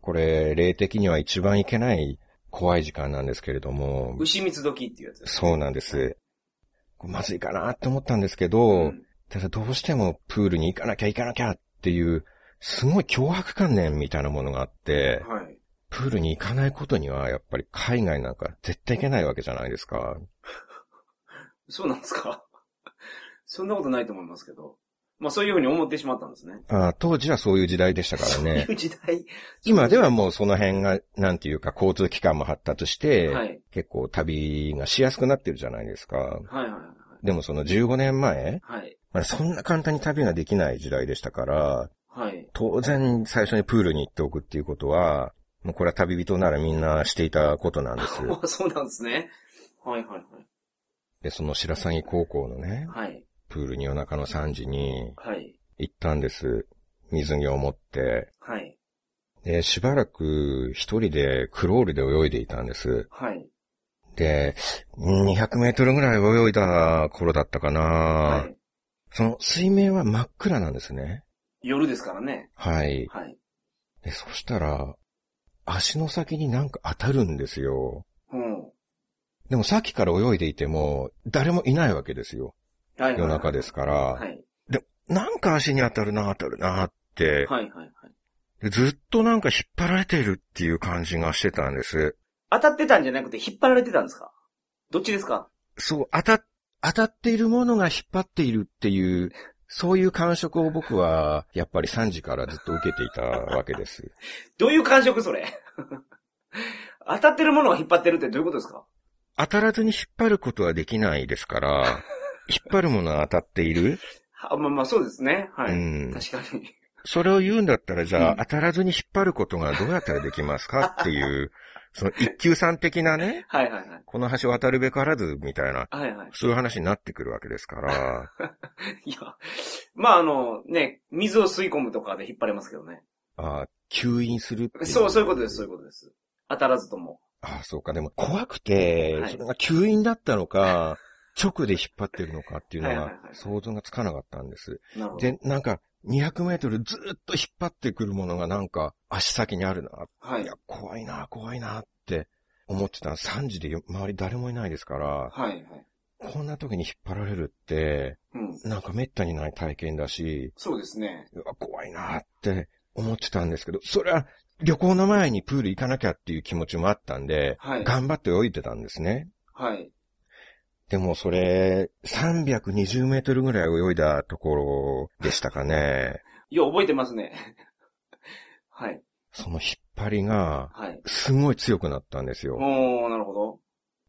Speaker 3: これ、霊的には一番いけない怖い時間なんですけれども、
Speaker 2: 牛蜜時っていうやつです。
Speaker 3: そうなんです。まずいかなって思ったんですけ
Speaker 2: う
Speaker 3: ど、
Speaker 2: ん
Speaker 3: ただどうしてもプールに行かなきゃ行かなきゃっていう、すごい脅迫観念みたいなものがあって、
Speaker 2: はい。
Speaker 3: プールに行かないことにはやっぱり海外なんか絶対行けないわけじゃないですか。
Speaker 2: そうなんですか そんなことないと思いますけど。まあそういうふうに思ってしまったんですね。
Speaker 3: ああ当時はそういう時代でしたからね
Speaker 2: そ。 ういう時代。
Speaker 3: 今ではもうその辺が、なんていうか交通機関も発達して、
Speaker 2: はい。
Speaker 3: 結構旅がしやすくなってるじゃないですか。
Speaker 2: はいはいはい
Speaker 3: でもその15年前、
Speaker 2: はい。はい。
Speaker 3: まあ、そんな簡単に旅ができない時代でしたから、
Speaker 2: はい。
Speaker 3: 当然最初にプールに行っておくっていうことは、もうこれは旅人ならみんなしていたことなんです。
Speaker 2: あそうなんですね。はいはい
Speaker 3: で、その白鷺高校のね、
Speaker 2: はい。はい。
Speaker 3: プールに夜中の3時に
Speaker 2: はい。
Speaker 3: 行ったんです。水着を持って。
Speaker 2: はい。
Speaker 3: で、しばらく一人でクロールで泳いでいたんです。
Speaker 2: はい。
Speaker 3: で、200メートルぐらい泳いだ頃だったかな、
Speaker 2: はい。
Speaker 3: その水面は真っ暗なんですね。
Speaker 2: 夜ですからね。
Speaker 3: はい。
Speaker 2: はい。
Speaker 3: で、そしたら、足の先になんか当たるんですよ。
Speaker 2: うん。は
Speaker 3: でもさっきから泳いでいても、誰もいないわけですよ。
Speaker 2: いはい。
Speaker 3: 夜中ですから。
Speaker 2: はい。
Speaker 3: なんか足に当たるな、当たるなって、
Speaker 2: はいはいはい。
Speaker 3: でずっとなんか引っ張られているっていう感じがしてたんです。
Speaker 2: 当たってたんじゃなくて引っ張られてたんですかどっちですか
Speaker 3: そう、当た、当たっているものが引っ張っているっていう、そういう感触を僕は、やっぱり3時からずっと受けていたわけです。
Speaker 2: どういう感触それ 当たってるものが引っ張ってるってどういうことですか
Speaker 3: 当たらずに引っ張ることはできないですから、引っ張るものは当たっている
Speaker 2: あまあまあそうですね。はい。
Speaker 3: うん
Speaker 2: 確かに。
Speaker 3: それを言うんだったら、じゃあ、
Speaker 2: うん
Speaker 3: 当たらずに引っ張ることがどうやったらできま すかっていう、その一級さん的なね、
Speaker 2: はいはいはい。
Speaker 3: この橋を渡るべからずみたいな、
Speaker 2: はい はい。
Speaker 3: そういう話になってくるわけで すから、
Speaker 2: いや、まああの、ね、水を吸い込むとかで引っ張れますけどね。
Speaker 3: ああ、吸引するって
Speaker 2: そう、そういうことです、そういうことです。当たらずとも。
Speaker 3: ああ、そうか、でも怖くて、
Speaker 2: はい
Speaker 3: それが吸引だったのか、直で引っ張ってるのかっていうの
Speaker 2: はいはい
Speaker 3: が
Speaker 2: はいはい
Speaker 3: 想像がつかなかったんです。
Speaker 2: なるほど。
Speaker 3: で、なんか、200メートルずっと引っ張ってくるものがなんか足先にあるな、
Speaker 2: はい
Speaker 3: いや。、怖いな、怖いなって思ってたら3時でよ周り誰もいないですから、
Speaker 2: はい、はい。
Speaker 3: こんな時に引っ張られるって、
Speaker 2: うん。
Speaker 3: なんか滅多にない体験だし、
Speaker 2: そうですね。
Speaker 3: うわ、怖いなって思ってたんですけど、それは旅行の前にプール行かなきゃっていう気持ちもあったんで、
Speaker 2: はい。
Speaker 3: 頑張って泳いでたんですね。
Speaker 2: はい。
Speaker 3: でもそれ、320メートルぐらい泳いだところでしたかね。
Speaker 2: よう覚えてますね。 はい。
Speaker 3: その引っ張りが、
Speaker 2: はい。
Speaker 3: すごい強くなったんですよ。
Speaker 2: おー、なるほど。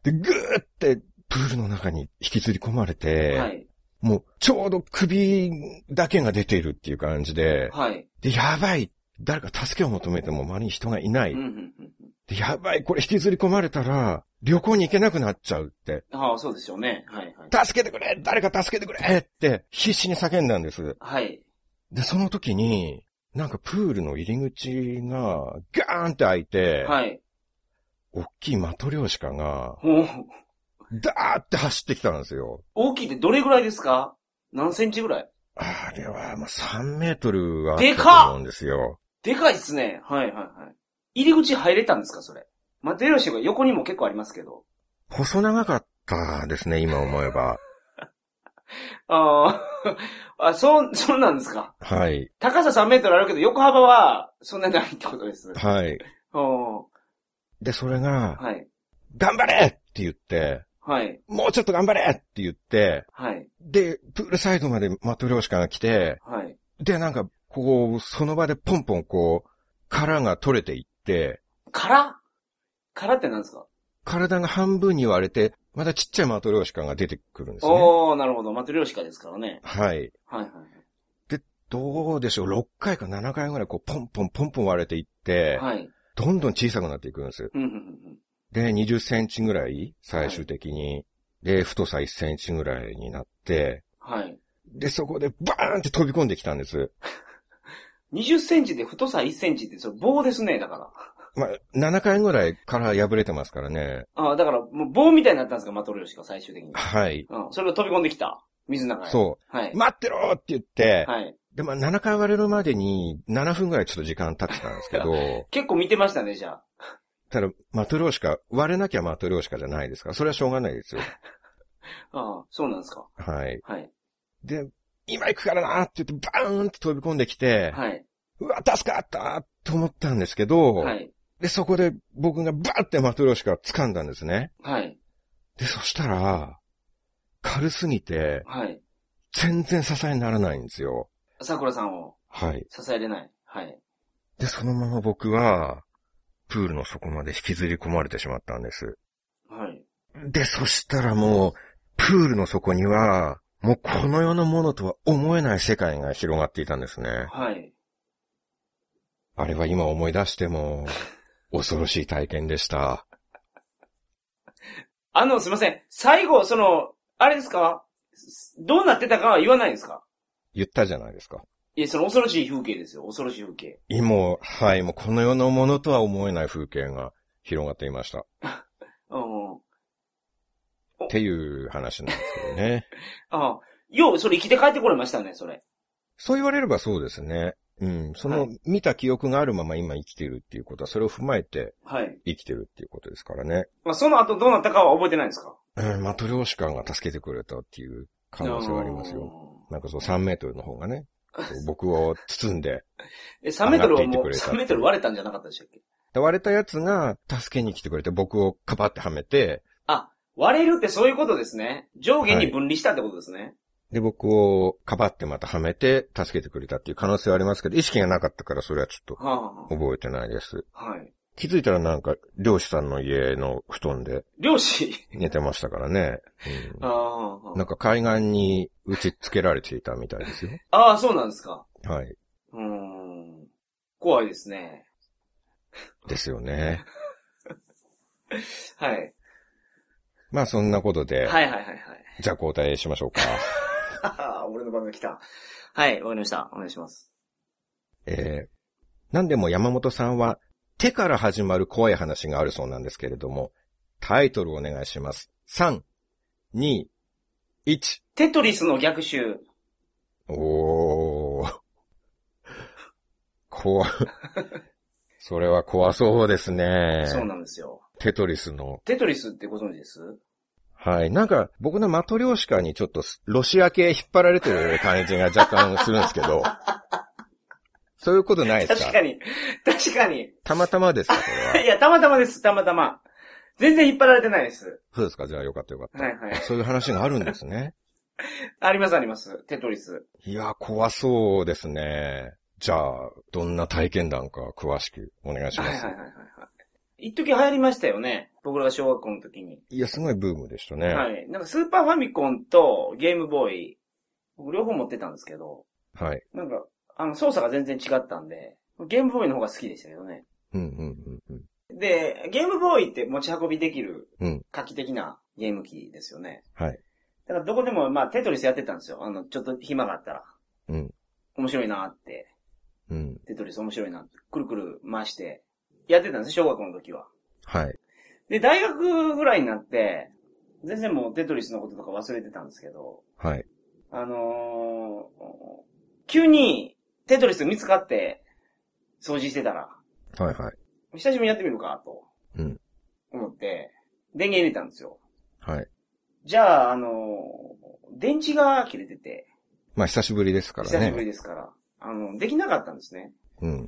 Speaker 3: で、ぐーって、プールの中に引きずり込まれて、
Speaker 2: はい。
Speaker 3: もう、ちょうど首だけが出ているっていう感じで、
Speaker 2: はい。
Speaker 3: で、やばい誰か助けを求めても周りに人がいな
Speaker 2: う
Speaker 3: い。
Speaker 2: ん、うん、うん。
Speaker 3: でやばいこれ引きずり込まれたら、旅行に行けなくなっちゃうって、
Speaker 2: ああ、そうですよね。はい、はい。
Speaker 3: 助けてくれ誰か助けてくれって、必死に叫んだんです。
Speaker 2: はい。
Speaker 3: で、その時に、なんかプールの入り口が、ガーンって開いて、
Speaker 2: はい。
Speaker 3: 大きいマトリョーシカが、
Speaker 2: おー
Speaker 3: ダーって走ってきたんですよ。
Speaker 2: 大きいってどれぐらいですか何センチぐらい
Speaker 3: あれは、まあ、3メートルはあったと思うんですよ。
Speaker 2: でかいっすね。はい、はい、はい。入り口入れたんですか、それ。マテリオシが横にも結構ありますけど。
Speaker 3: 細長かったですね、今思えば。
Speaker 2: あ あ、あ、そう、そうなんですか。
Speaker 3: はい。
Speaker 2: 高さ3メートルあるけど、横幅は、そんなにないってことです。
Speaker 3: はい。
Speaker 2: お
Speaker 3: で、それ
Speaker 2: ー
Speaker 3: が、
Speaker 2: はい。
Speaker 3: 頑張れって言って、
Speaker 2: はい。
Speaker 3: もうちょっと頑張れって言って、
Speaker 2: はい。
Speaker 3: で、プールサイドまでマトリョーシカが来て、
Speaker 2: はい。
Speaker 3: で、なんか、こう、その場でポンポンこう、殻が取れていって、
Speaker 2: 殻殻って何ですか
Speaker 3: 体が半分に割れて、またちっちゃいマトリョーシカが出てくるんですね。
Speaker 2: おー、なるほど。マトリョーシカですからね。
Speaker 3: はい。
Speaker 2: はいはい。
Speaker 3: どうでしょう ?6 回か7回ぐらいこう、ポンポンポンポン割れていって、
Speaker 2: はい。
Speaker 3: どんどん小さくなっていくんです。
Speaker 2: うんうんうん
Speaker 3: で、20センチぐらい、最終的に。で、太さ1センチぐらいになって、
Speaker 2: うんはい。
Speaker 3: で、そこでバーンって飛び込んできたんです。
Speaker 2: 20センチで太さ1センチって、それ棒ですね、だから。
Speaker 3: まあ、7回ぐらいから破れてますからね。
Speaker 2: ああ、だから、もう棒みたいになったんですか、マトリョーシカ、最終的に。
Speaker 3: はい。
Speaker 2: うん。それが飛び込んできた。水の中へ。う。
Speaker 3: そ。。
Speaker 2: はいう
Speaker 3: 待ってろって言って、
Speaker 2: はい。、
Speaker 3: で、まあ、7回割れるまでに7分ぐらいちょっと時間経ってたんですけど
Speaker 2: 結構見てましたね、じゃあ。
Speaker 3: ただ、マトリョーシカ、割れなきゃマトリョーシカじゃないですから、それはしょうがないですよ。
Speaker 2: ああ、そうなんですか。
Speaker 3: はい。
Speaker 2: はい。
Speaker 3: で、今行くからなって言って、バーンって飛び込んできて、
Speaker 2: はい。
Speaker 3: うわ、助かったと思ったんですけど、
Speaker 2: はい。
Speaker 3: で、そこで僕がバーってマトリョーシカ掴んだんですね。
Speaker 2: はい。
Speaker 3: で、そしたら、軽すぎて、
Speaker 2: はい。
Speaker 3: 全然支えにならないんですよ。
Speaker 2: 桜さんを
Speaker 3: はい。
Speaker 2: 支えれない。はい。
Speaker 3: で、そのまま僕は、プールの底まで引きずり込まれてしまったんです。
Speaker 2: はい。
Speaker 3: で、そしたらもう、プールの底には、もうこの世のものとは思えない世界が広がっていたんですね。
Speaker 2: はい。
Speaker 3: あれは今思い出しても、恐ろしい体験でした。
Speaker 2: あの、すいません。最後、その、あれですかすどうなってたかは言わないんですか
Speaker 3: 言ったじゃないですか。
Speaker 2: いや、その恐ろしい風景ですよ。恐ろしい風景。
Speaker 3: 今、はい、もうこの世のものとは思えない風景が広がっていました。っ
Speaker 2: うん。
Speaker 3: ていう話なんですけどね。
Speaker 2: ああ。よう、それ生きて帰ってこれましたね、それ。
Speaker 3: そう言われればそうですね。うん。そ
Speaker 2: は
Speaker 3: の、見た記憶があるまま今生きてるっていうことは、それを踏まえて
Speaker 2: はい。
Speaker 3: 生きてるっていうことですからね。
Speaker 2: まあ、その後どうなったかは覚えてないんですか
Speaker 3: うん、マトリョーシカが助けてくれたっていう可能性はありますよ。。なんかそう3メートルの方が ね、そう僕を包んで、
Speaker 2: え、3メートルはもう、
Speaker 3: 上がっていってくれた
Speaker 2: 3メートル割れたんじゃなかったでしたっけ
Speaker 3: で割れたやつが助けに来てくれて僕をカパってはめて、
Speaker 2: あ、割れるってそういうことですね。上下に分離したってことですね。
Speaker 3: で、僕をかばってまたはめて助けてくれたっていう可能性はありますけど、意識がなかったからそれはちょっと
Speaker 2: はあ、は
Speaker 3: 覚えてないです。
Speaker 2: あ、はい。
Speaker 3: 気づいたらなんか、漁師さんの家の布団で
Speaker 2: 漁師。
Speaker 3: 寝てましたからね。
Speaker 2: ああ
Speaker 3: うん、なんか海岸に打ち付けられていたみたいですよ。
Speaker 2: ああ、そうなんですか。
Speaker 3: はい。
Speaker 2: うーん。怖いですね。
Speaker 3: ですよね。
Speaker 2: はい。
Speaker 3: まあそんなこと
Speaker 2: はい
Speaker 3: で、
Speaker 2: はいはいはい
Speaker 3: じゃあ交代しましょうか。
Speaker 2: はは。俺の番が来た。はい、わかりました。お願いします。
Speaker 3: えー、なんでも山本さんは、手から始まる怖い話があるそうなんですけれども、タイトルお願いします。3、2、1。
Speaker 2: テトリスの逆襲。
Speaker 3: おー。怖い。それは怖そうですね。
Speaker 2: そうなんですよ。
Speaker 3: テトリスの。
Speaker 2: テトリスってご存知です
Speaker 3: はい。なんか、僕のマトリョーシカにちょっとス、ロシア系引っ張られてる感じが若干するんです けど。そういうことないです
Speaker 2: 確
Speaker 3: か
Speaker 2: かに。確かに。
Speaker 3: たまた まですか、これは。
Speaker 2: いや、たまたまです、たまたま。全然引っ張られてないです。
Speaker 3: そうですか、じゃあよかったよかった。
Speaker 2: はいはい。
Speaker 3: そういう話があるんですね。
Speaker 2: ありますあります。テトリス。
Speaker 3: いや、怖そうですね。じゃあ、どんな体験談か詳しくお願いし
Speaker 2: はい
Speaker 3: ま
Speaker 2: はい
Speaker 3: す。
Speaker 2: はいはいはい。一時流行りましたよね。僕らが小学校の時に。
Speaker 3: いや、すごいブームでしたね。
Speaker 2: は
Speaker 3: はい。
Speaker 2: い。なんかスーパーファミコンとゲームボーイ、僕両方持ってたんですけど、なんか、あの、操作が全然違ったんで、ゲームボーイの方が好きでしたけどね。
Speaker 3: うんうんうんうん。
Speaker 2: で、ゲームボーイって持ち運びできる
Speaker 3: うん、
Speaker 2: 画期的なゲーム機ですよね。
Speaker 3: はい。
Speaker 2: だからどこでも、まあ、テトリスやってたんですよ。あの、ちょっと暇があったら。
Speaker 3: うん。
Speaker 2: 面白いなって。
Speaker 3: うん。
Speaker 2: テトリス面白いなって。くるくる回して。やってたんですよ小学校の時は。
Speaker 3: はい。
Speaker 2: で、大学ぐらいになって、全然もうテトリスのこととか忘れてたんですけど、
Speaker 3: はい。
Speaker 2: あのー、急にテトリス見つかって掃除してたら、
Speaker 3: はいはい。
Speaker 2: 久しぶりにやってみるか、と
Speaker 3: うん。
Speaker 2: 思って、電源入れたんですよ。
Speaker 3: はい。
Speaker 2: じゃあ、あのー、電池が切れてて、
Speaker 3: まあ、久しぶりですからね。
Speaker 2: 久しぶりですから、あの、できなかったんですね。
Speaker 3: うん。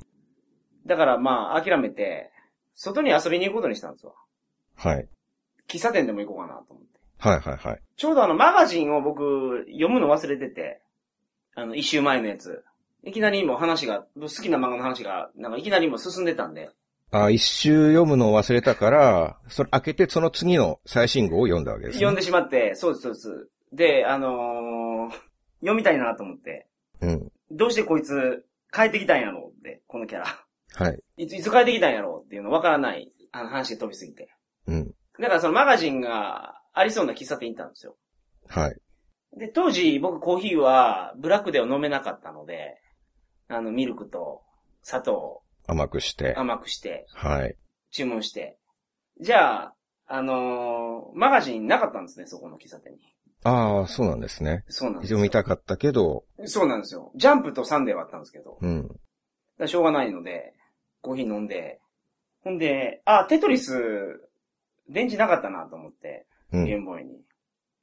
Speaker 2: だからまあ、諦めて、外に遊びに行くことにしたんですわ。
Speaker 3: はい。
Speaker 2: 喫茶店でも行こうかなと思って。
Speaker 3: はいはいはい。
Speaker 2: ちょうどあの、マガジンを僕、読むの忘れてて、あの、一周前のやつ。いきなりもう話が、好きな漫画の話が、なんかいきなりもう進んでたんで、
Speaker 3: あ、一周読むのを忘れたから、それ開けてその次の最新号を読んだわけです、ね。
Speaker 2: 読んでしまって、そうです、そうです。で、あのー、読みたいなと思って、
Speaker 3: うん。
Speaker 2: どうしてこいつ、変えてきたんやろうって、このキャラ。
Speaker 3: はい。
Speaker 2: いつ、いつ変えてきたんやろうっていうの分からない、あの話で飛びすぎて。
Speaker 3: うん。
Speaker 2: だからそのマガジンがありそうな喫茶店行ったんですよ。
Speaker 3: はい。
Speaker 2: で、当時僕コーヒーはブラックでは飲めなかったので、あの、ミルクと砂糖を
Speaker 3: 甘くして。
Speaker 2: 甘くして、
Speaker 3: はい。
Speaker 2: 注文して。じゃあ、あのーマガジンなかったんですね、そこの喫茶店に。
Speaker 3: ああ、そうなんですね。
Speaker 2: そうなんで
Speaker 3: 非
Speaker 2: す
Speaker 3: 常
Speaker 2: よ。
Speaker 3: に見たかったけど、
Speaker 2: そうなんですよ。ジャンプとサンデーはあったんですけど、だか
Speaker 3: うん。
Speaker 2: らしょうがないので、コーヒー飲んで、ほんで、あ、テトリス、電池なかったなと思って、
Speaker 3: う
Speaker 2: ゲー
Speaker 3: ん。
Speaker 2: ムボーイに。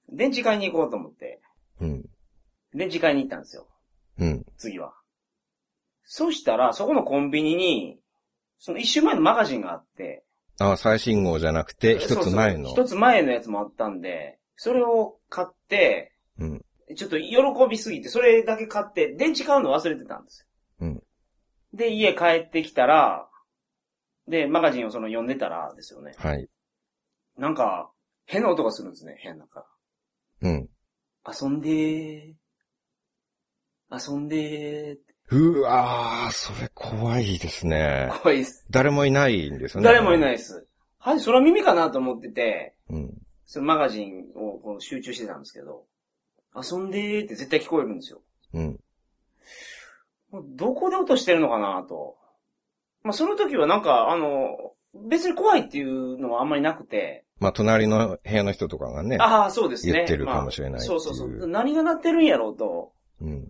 Speaker 2: 電池買いに行こうと思って、
Speaker 3: うん。
Speaker 2: 電池買いに行ったんですよ。
Speaker 3: うん。
Speaker 2: 次は。そしたら、そこのコンビニに、その一周前のマガジンがあって、
Speaker 3: ああ、最新号じゃなくて、一つ前の。
Speaker 2: そうそう一つ前のやつもあったんで、それを買って、
Speaker 3: うん
Speaker 2: ちょっと喜びすぎて、それだけ買って、電池買うの忘れてたんですよ。
Speaker 3: うん
Speaker 2: で、家帰ってきたら、で、マガジンをその読んでたらですよね。
Speaker 3: はい。
Speaker 2: なんか、変な音がするんですね、部屋の中。
Speaker 3: うん。
Speaker 2: 遊んでー。遊んでーって。
Speaker 3: うわー、それ怖いですね。
Speaker 2: 怖いです。
Speaker 3: 誰もいないんですよね。
Speaker 2: 誰もいない
Speaker 3: い。
Speaker 2: です。はい、空耳かなと思ってて、
Speaker 3: うん。
Speaker 2: そのマガジンをこう集中してたんですけど、遊んでーって絶対聞こえるんですよ。
Speaker 3: うん。
Speaker 2: もうどこで落としてるのかなと。まあ、その時はなんか、あの、別に怖いっていうのはあんまりなくて、
Speaker 3: まあ、隣の部屋の人とかがね。
Speaker 2: ああ、そうですね。
Speaker 3: 言ってるかもしれないっていう
Speaker 2: まあそうそうそう。何が鳴ってるんやろうと
Speaker 3: うん。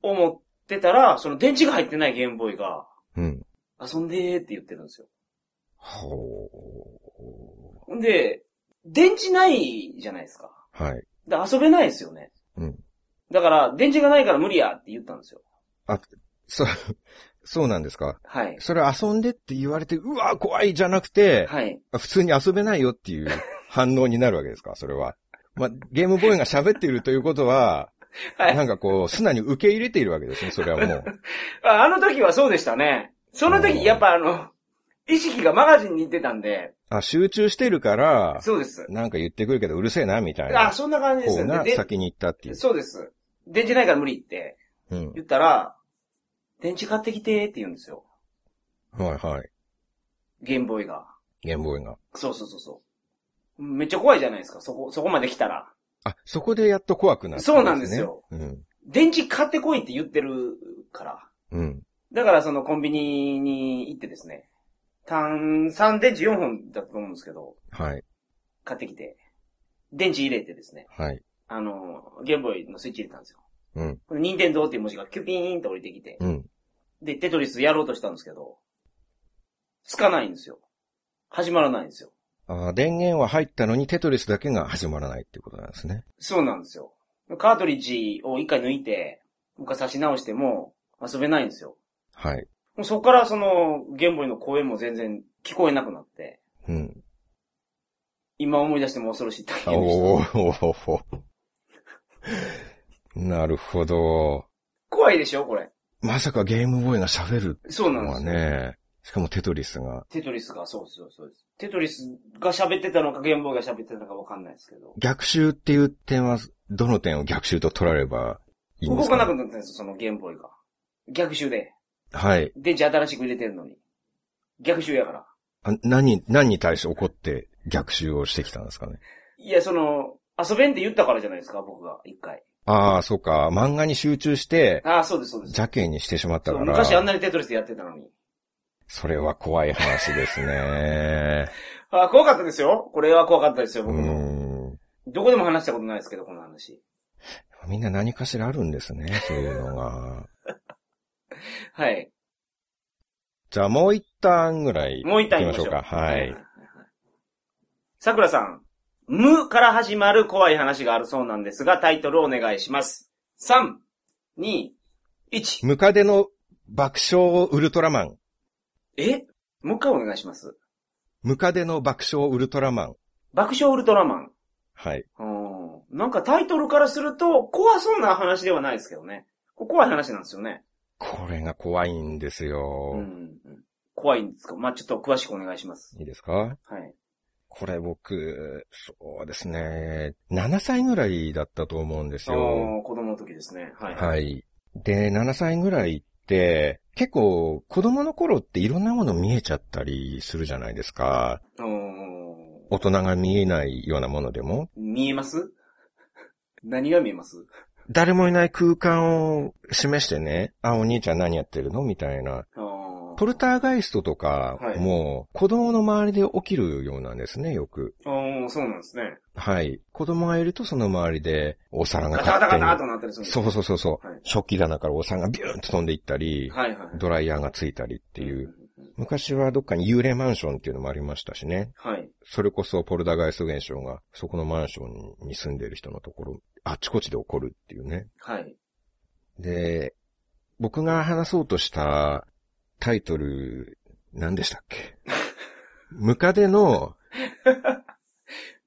Speaker 2: 思ってたら、その電池が入ってないゲームボーイが、
Speaker 3: うん。
Speaker 2: 遊んでーって言ってるんですよ。
Speaker 3: ほ
Speaker 2: んで、電池ないじゃないですか。
Speaker 3: ー。はい。
Speaker 2: で、遊べないですよね。
Speaker 3: うん。
Speaker 2: だから、電池がないから無理やって言ったんですよ。
Speaker 3: そう、 そうなんですか。
Speaker 2: はい。
Speaker 3: それ遊んでって言われて、うわー、怖いじゃなくて、
Speaker 2: はい。
Speaker 3: 普通に遊べないよっていう反応になるわけですか、それは。まあ、ゲームボーイが喋っているということは、
Speaker 2: はい
Speaker 3: なんかこう、素直に受け入れているわけですね、それはも う。
Speaker 2: ああの時はそうでしたね。その
Speaker 3: おー
Speaker 2: 時、やっぱあの、意識がマガジンに行ってたんで、
Speaker 3: あ、集中してるから、
Speaker 2: そうです。
Speaker 3: なんか言ってくるけどうるせえな、みたい
Speaker 2: あ、
Speaker 3: な
Speaker 2: そんな感じです
Speaker 3: 方
Speaker 2: よ
Speaker 3: が
Speaker 2: ね。で
Speaker 3: 先に行ったっていう。
Speaker 2: そうです。電池ないから無理って
Speaker 3: うん。
Speaker 2: 言ったら、電池買ってきてって言うんですよ。
Speaker 3: はいはい。
Speaker 2: ゲームボーイが。
Speaker 3: ゲームボーイが。
Speaker 2: そうそうそうそう。めっちゃ怖いじゃないですか。そこ、そこまで来たら。
Speaker 3: あ、そこでやっと怖くなった、
Speaker 2: そうなんですよ。
Speaker 3: うん。
Speaker 2: 電池買ってこいって言ってるから。
Speaker 3: うん。
Speaker 2: だからそのコンビニに行ってですね、単3電池4本だと思うんですけど、
Speaker 3: はい。
Speaker 2: 買ってきて、電池入れてですね、
Speaker 3: はい。
Speaker 2: あの、ゲームボーイのスイッチ入れたんですよ。
Speaker 3: うん。
Speaker 2: この任天堂っていう文字がキュピーンと降りてきて、
Speaker 3: うん。
Speaker 2: で、テトリスやろうとしたんですけど、つかないんですよ。始まらないんですよ。
Speaker 3: あー電源は入ったのにテトリスだけが始まらないっていうことなんですね。
Speaker 2: そうなんですよ。カートリッジを一回抜いて、もう一回差し直しても遊べないんですよ。
Speaker 3: はい。
Speaker 2: もうそこからその、ゲームボーイの声も全然聞こえなくなって、
Speaker 3: うん。
Speaker 2: 今思い出しても恐ろしい体験でした。
Speaker 3: おーおーおーなるほど。
Speaker 2: 怖いでしょこれ。
Speaker 3: まさかゲームボーイが喋る
Speaker 2: そうな
Speaker 3: の
Speaker 2: んで
Speaker 3: は
Speaker 2: すよ。
Speaker 3: ね、しかもテトリスが。
Speaker 2: テトリスが、そうです、そうです。テトリスが喋ってたのか、ゲームボーイが喋ってたのかわかんないですけど。
Speaker 3: 逆襲っていう点は、どの点を逆襲と取らればいいんで
Speaker 2: 動
Speaker 3: す
Speaker 2: か
Speaker 3: か,、
Speaker 2: なくなったんですよ、そのゲームボーイが。逆襲で。
Speaker 3: はい
Speaker 2: 電池新しく入れてるのに。逆襲やから。
Speaker 3: あ。何、何に対して怒って逆襲をしてきたんですかね。
Speaker 2: いや、その、遊べんって言ったからじゃないですか、僕が、一回。
Speaker 3: ああ、そうか。漫画に集中して、
Speaker 2: ああ、そうです、そうです。
Speaker 3: 邪気にしてしまった
Speaker 2: そう
Speaker 3: か
Speaker 2: 昔あんな
Speaker 3: ら、
Speaker 2: にテトリスやってたのに。
Speaker 3: それは怖い話です ね。
Speaker 2: ああ、怖かったですよ。これは怖かったですよ、
Speaker 3: う
Speaker 2: 僕も。
Speaker 3: ん。
Speaker 2: どこでも話したことないですけど、この話。
Speaker 3: みんな何かしらあるんですね、そういうのが。
Speaker 2: はい。
Speaker 3: じゃあもう一段ぐらい。
Speaker 2: もう一旦行
Speaker 3: 行
Speaker 2: きま
Speaker 3: きま
Speaker 2: し
Speaker 3: し
Speaker 2: ょ
Speaker 3: ょ
Speaker 2: う
Speaker 3: う
Speaker 2: か
Speaker 3: か。はい。
Speaker 2: 桜さん、無から始まる怖い話があるそうなんですが、タイトルをお願いします。3、2、1。
Speaker 3: ムカデの爆笑ウルトラマン。
Speaker 2: えもう一回お願いします。
Speaker 3: ムカデの爆笑ウルトラマン。
Speaker 2: 爆笑ウルトラマン。
Speaker 3: はい。
Speaker 2: うん。なんかタイトルからすると、怖そうな話ではないですけどね。これ怖い話なんですよね。
Speaker 3: これが怖いんですよ。
Speaker 2: うん。怖いんですかまあ、ちょっと詳しくお願いします。
Speaker 3: いいですか
Speaker 2: はい。
Speaker 3: これ僕、そうですね。7歳ぐらいだったと思うんですよ。
Speaker 2: おー子供の時ですね。はい。い。
Speaker 3: はい。で、7歳ぐらいって、結構子供の頃っていろんなもの見えちゃったりするじゃないですか。大人が見えないようなものでも。
Speaker 2: 見えます 何が見えます
Speaker 3: 誰もいない空間を示してね、あ、お兄ちゃん何やってるのみたいな。
Speaker 2: ト
Speaker 3: ポルターガイストとか
Speaker 2: はい、
Speaker 3: もう子供の周りで起きるようなんですね、よく。
Speaker 2: ああ、そうなんですね。
Speaker 3: はい。子供がいるとその周りで、お皿
Speaker 2: ガ
Speaker 3: が立
Speaker 2: タガタガタっ
Speaker 3: っ
Speaker 2: となったりす
Speaker 3: て
Speaker 2: るんです
Speaker 3: そうそうそうそう。
Speaker 2: はい
Speaker 3: 食器棚からお皿がビューンと飛んでいったり、
Speaker 2: はいはい。っ
Speaker 3: ドライヤーがついたりっていう。。昔はどっかに幽霊マンションっていうのもありましたしね。
Speaker 2: はい。
Speaker 3: それこそポルダーガイスト現象が、そこのマンションに住んでる人のところ、あちこちで起こるっていうね。
Speaker 2: はい。
Speaker 3: で、僕が話そうとしたタイトル、何でしたっ けムカデの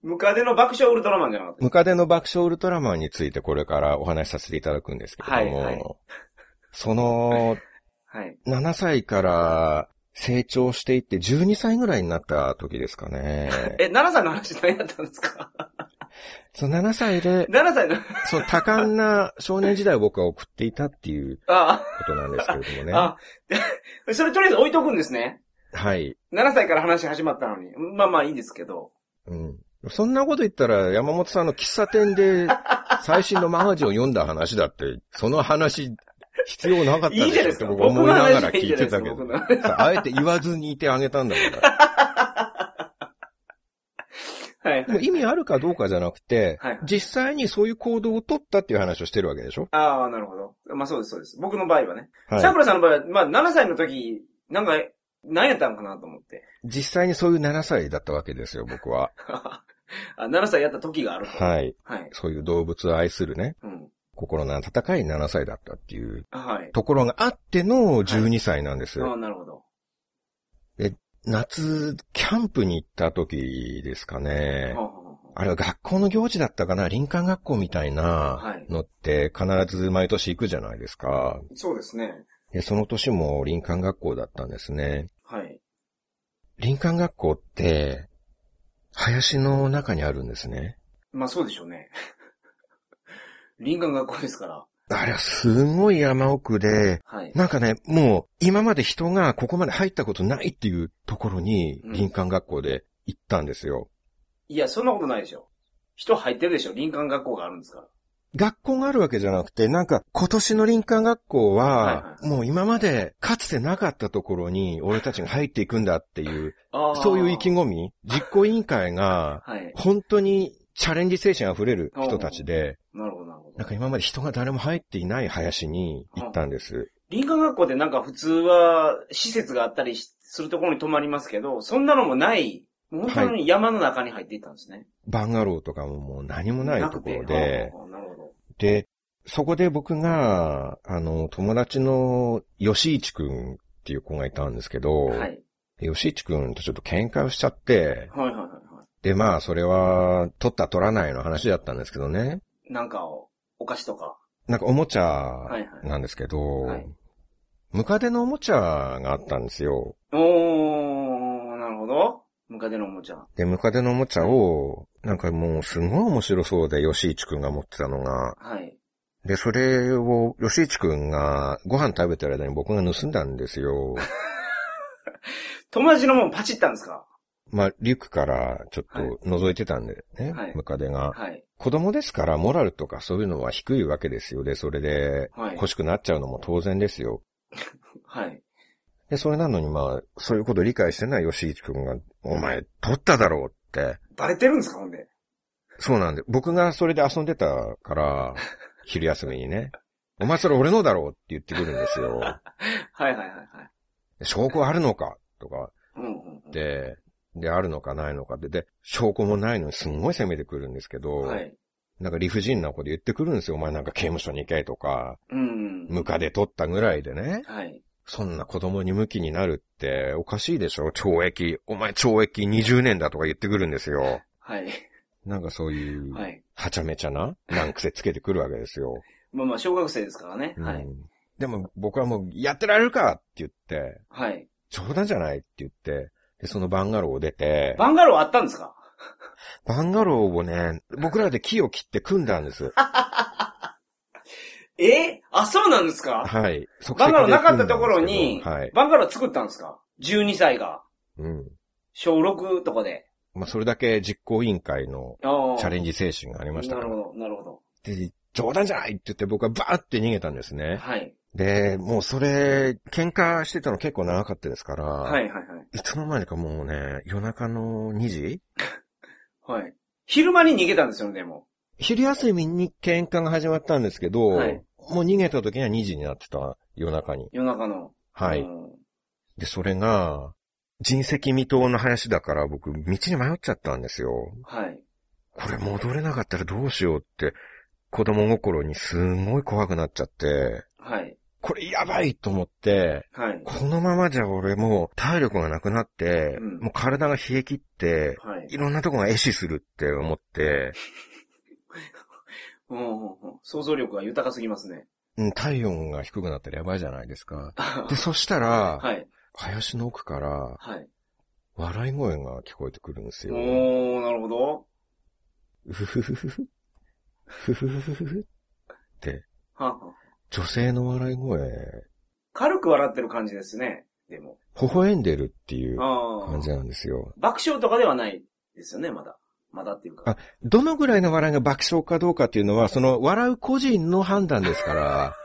Speaker 2: ムカデの爆笑ウルトラマンじゃなかった
Speaker 3: ムカデの爆笑ウルトラマンについてこれからお話しさせていただくんですけれども、
Speaker 2: はいはい
Speaker 3: その、
Speaker 2: はい。
Speaker 3: 7歳から成長していって12歳ぐらいになった時ですかね。
Speaker 2: え、7歳の話何だったんですか
Speaker 3: その7歳で、
Speaker 2: ?7 歳の、
Speaker 3: その多感な少年時代を僕は送っていたっていう
Speaker 2: あ
Speaker 3: ことなんですけれども
Speaker 2: あ、
Speaker 3: ね。
Speaker 2: あ、それとりあえず置いとくんですね。
Speaker 3: はい。
Speaker 2: 7歳から話始まったのに。まあまあいいですけど。
Speaker 3: うん。そんなこと言ったら山本さんの喫茶店で最新のマガジンを読んだ話だって、その話必要なかったでしょ
Speaker 2: いいじゃないですか。
Speaker 3: って僕は思いながら聞いてたけど
Speaker 2: 僕。の話はいいじゃないですか僕の
Speaker 3: さあえて言わずにいてあげたんだ から。
Speaker 2: はい
Speaker 3: でも意味あるかどうかじゃなくて、
Speaker 2: はい
Speaker 3: 実際にそういう行動を取ったっていう話をしてるわけでしょ
Speaker 2: ああ、なるほど。まあそうです、そうです。僕の場合はね。
Speaker 3: はい。
Speaker 2: 桜さんの場合は、まあ7歳の時、なんか、何やったのかなと思って。
Speaker 3: 実際にそういう7歳だったわけですよ、僕は。
Speaker 2: あ7歳やった時があると。
Speaker 3: はい。
Speaker 2: はい。
Speaker 3: そういう動物を愛するね、
Speaker 2: うん。
Speaker 3: 心の温かい7歳だったっていう
Speaker 2: あはい。
Speaker 3: ところがあっての12歳なんです。
Speaker 2: ああ、なるほど。
Speaker 3: 夏、キャンプに行った時ですかね
Speaker 2: ほ。うほうほう
Speaker 3: あれは学校の行事だったかな林間学校みたい
Speaker 2: は
Speaker 3: ないのって必ず毎年行くじゃないですか。
Speaker 2: そうですね。
Speaker 3: で、その年も林間学校だったんですね。
Speaker 2: はい。
Speaker 3: 林間学校って、林の中にあるんですね。
Speaker 2: まあそうでしょうね。 林間学校ですから。
Speaker 3: あれはすごい山奥で、
Speaker 2: はい。
Speaker 3: なんかね、もう今まで人がここまで入ったことないっていうところに
Speaker 2: うん
Speaker 3: 林間学校で行ったんですよ。
Speaker 2: いや、そんなことないでしょ。人入ってるでしょ。林間学校があるんですから。
Speaker 3: 学校があるわけじゃなくて、なんか今年の林間学校
Speaker 2: は、
Speaker 3: はいもう今までかつてなかったところに俺たちが入っていくんだっていう、
Speaker 2: あー
Speaker 3: そういう意気込み、実行委員会が
Speaker 2: はい。
Speaker 3: 本当にチャレンジ精神あふれる人たちで、
Speaker 2: なるほど、なるほど
Speaker 3: なん。か今まで人が誰も入っていない林に行ったんです。
Speaker 2: 林間学校ってなんか普通は施設があったりしするところに泊まりますけど、そんなのもない、もう本当に山の中に入っていったんですね。
Speaker 3: バンガローとかももう何もないところ
Speaker 2: なくて
Speaker 3: で、
Speaker 2: ああなるほど。
Speaker 3: で、そこで僕が、あの、友達の吉市くんっていう子がいたんですけど、
Speaker 2: はい。
Speaker 3: 吉市くんとちょっと喧嘩をしちゃって、
Speaker 2: はいはいはいは
Speaker 3: で、まあ、それは、取った取らないの話だったんですけどね。
Speaker 2: い。なんかを、お菓子とか。
Speaker 3: なんかおもち
Speaker 2: はい
Speaker 3: ゃ
Speaker 2: はい
Speaker 3: なんですけど、
Speaker 2: はい
Speaker 3: ムカデのおもちゃがあったんですよ。
Speaker 2: おー、なるほど。ムカデのおもちゃ。
Speaker 3: で、ムカデのおもちゃを、なんかもうすごい面白そうで、吉市くんが持ってたのが、
Speaker 2: はい。
Speaker 3: で、それを、吉市くんがご飯食べてる間に僕が盗んだんですよ。
Speaker 2: 友達のもんパチったんですか
Speaker 3: まあ、リュックからちょっと覗いてたんでね、
Speaker 2: はい
Speaker 3: ムカデが。
Speaker 2: はい。
Speaker 3: 子供ですから、モラルとかそういうのは低いわけですよ。で、それで
Speaker 2: はい
Speaker 3: 欲しくなっちゃうのも当然ですよ。
Speaker 2: はい。
Speaker 3: で、それなのにまあ、そういうこと理解してない吉市くんが、お前、取っただろうって。
Speaker 2: バレてるんですかほんで。
Speaker 3: そうなんで、僕がそれで遊んでた から、昼休みにね。お前それ俺のだろうって言ってくるんで すよ。
Speaker 2: はいはいはいはい。
Speaker 3: 証拠あるのかとか
Speaker 2: うんうんうん。
Speaker 3: で、で、あるのかないのかで、で、証拠もないのにすんごい攻めてくるんですけど、
Speaker 2: はい。
Speaker 3: なんか理不尽なこと言ってくるんですよ。お前なんか刑務所に行けとか、
Speaker 2: うん。
Speaker 3: ムカデ取ったぐらいでね。
Speaker 2: はい。
Speaker 3: そんな子供にムキになるっておかしいでしょ懲役。お前懲役20年だとか言ってくるんですよ。
Speaker 2: はい。
Speaker 3: なんかそういう、
Speaker 2: はい。
Speaker 3: はちゃめちゃな、難癖つけてくるわけですよ。
Speaker 2: まあまあ、小学生ですからね。は
Speaker 3: う
Speaker 2: い。
Speaker 3: んでも僕はもう、やってられるかって言って、
Speaker 2: はい。
Speaker 3: 冗談じゃないって言って、で、そのバンガローを出て、
Speaker 2: バンガローあったんですか
Speaker 3: バンガローをね、僕らで木を切って組んだ んです。
Speaker 2: えあ、そうなんですか
Speaker 3: はい。即
Speaker 2: バ
Speaker 3: 席で組んだんですけど
Speaker 2: ンガローなかったところに、
Speaker 3: はい。
Speaker 2: バンガロー作ったんですか ?12 歳が。
Speaker 3: うん。
Speaker 2: 小6とかで。
Speaker 3: まあ、それだけ実行委員会の
Speaker 2: チャ
Speaker 3: チャレン
Speaker 2: ジ
Speaker 3: ジ精神がありました
Speaker 2: な
Speaker 3: か
Speaker 2: る
Speaker 3: ら。
Speaker 2: ほど、なるほど。
Speaker 3: で、冗談じゃないって言って僕はバーって逃げたんですね。
Speaker 2: はい。
Speaker 3: で、もうそれ、喧嘩してたの結構長かったですから、
Speaker 2: はい
Speaker 3: い。
Speaker 2: はい
Speaker 3: つの間にかもうね、夜中の2時
Speaker 2: はい。はい。昼間に逃げたんですよね、でも。
Speaker 3: 昼休みに喧嘩が始まったんですけど、
Speaker 2: はい
Speaker 3: もう逃げた時には2時になってた、夜中に。
Speaker 2: 夜中の。
Speaker 3: は
Speaker 2: う
Speaker 3: い。
Speaker 2: ん
Speaker 3: で、それが、人石未踏の林だから僕、道に迷っちゃったんですよ。
Speaker 2: はい。
Speaker 3: これ戻れなかったらどうしようって、子供心にすごい怖くなっちゃって、
Speaker 2: はい。
Speaker 3: これやばいと思って、
Speaker 2: はい。
Speaker 3: このままじゃ俺もう体力がなくなって、
Speaker 2: うん
Speaker 3: もう体が冷え切って、
Speaker 2: はい
Speaker 3: い。ろんなとこが壊死するって思って、
Speaker 2: うんうんうん想像力が豊かすぎますね。
Speaker 3: うん体温が低くなったらやばいじゃないですか。で、
Speaker 2: は
Speaker 3: そしたら、
Speaker 2: い。
Speaker 3: 林の奥から
Speaker 2: はい。
Speaker 3: 笑い声が聞こえてくるんですよ。
Speaker 2: おー、なるほど。
Speaker 3: うふふふふ。ふふふふふ。
Speaker 2: はんはん
Speaker 3: 女性の笑い声、
Speaker 2: 軽く笑ってる感じですね。でも。
Speaker 3: 微笑んでるっていう
Speaker 2: ああ
Speaker 3: 感。じなんですよ。
Speaker 2: 爆笑とかではないですよね、まだ。まだっていうか。
Speaker 3: あどのぐらいの笑いが爆笑かどうかっていうのは、その笑う個人の判断で すから、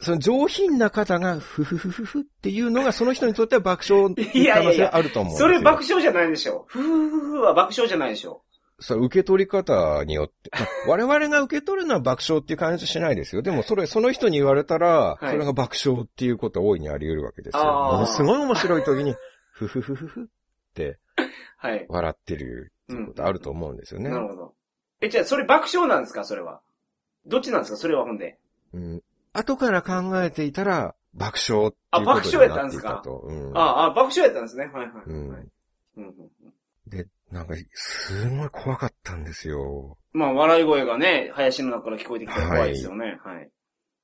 Speaker 3: その上品な方が、ふふふふふっていうのが、その人にとっては爆笑の可
Speaker 2: いやいや
Speaker 3: 能
Speaker 2: い
Speaker 3: 性
Speaker 2: や
Speaker 3: あると思うんです
Speaker 2: そ
Speaker 3: よ。
Speaker 2: れ爆笑じゃないでしょ。ふふふふは爆笑じゃないでしょ。
Speaker 3: それ受け取り方に よって、まあ我々が受け取るのは爆笑っていう感じはしないですよ。でもそれ、その人に言われたら、
Speaker 2: はい
Speaker 3: それが爆笑っていうことは大いにあり得るわけですよ。
Speaker 2: あー
Speaker 3: ものすごい面白い時に、ふふふふふって
Speaker 2: はい。
Speaker 3: 笑ってるっていうことあると思うんですよね。
Speaker 2: なるほど。え、じゃあ、それ爆笑なんですかそれは。どっちなんですかそれはほんで。
Speaker 3: うん。後から考えていたら、爆笑っていう
Speaker 2: あ
Speaker 3: こ
Speaker 2: 爆
Speaker 3: と
Speaker 2: 笑やっ
Speaker 3: に
Speaker 2: た
Speaker 3: なんって
Speaker 2: す
Speaker 3: い
Speaker 2: か
Speaker 3: たと。うん
Speaker 2: ああ、ああ爆笑やったんですね。はいはい。
Speaker 3: うん
Speaker 2: はいうんうんうん
Speaker 3: で、なんか、すごい怖かったんですよ。
Speaker 2: まあ、笑い声がね、林の中から聞こえてきたら怖いですよね。はい。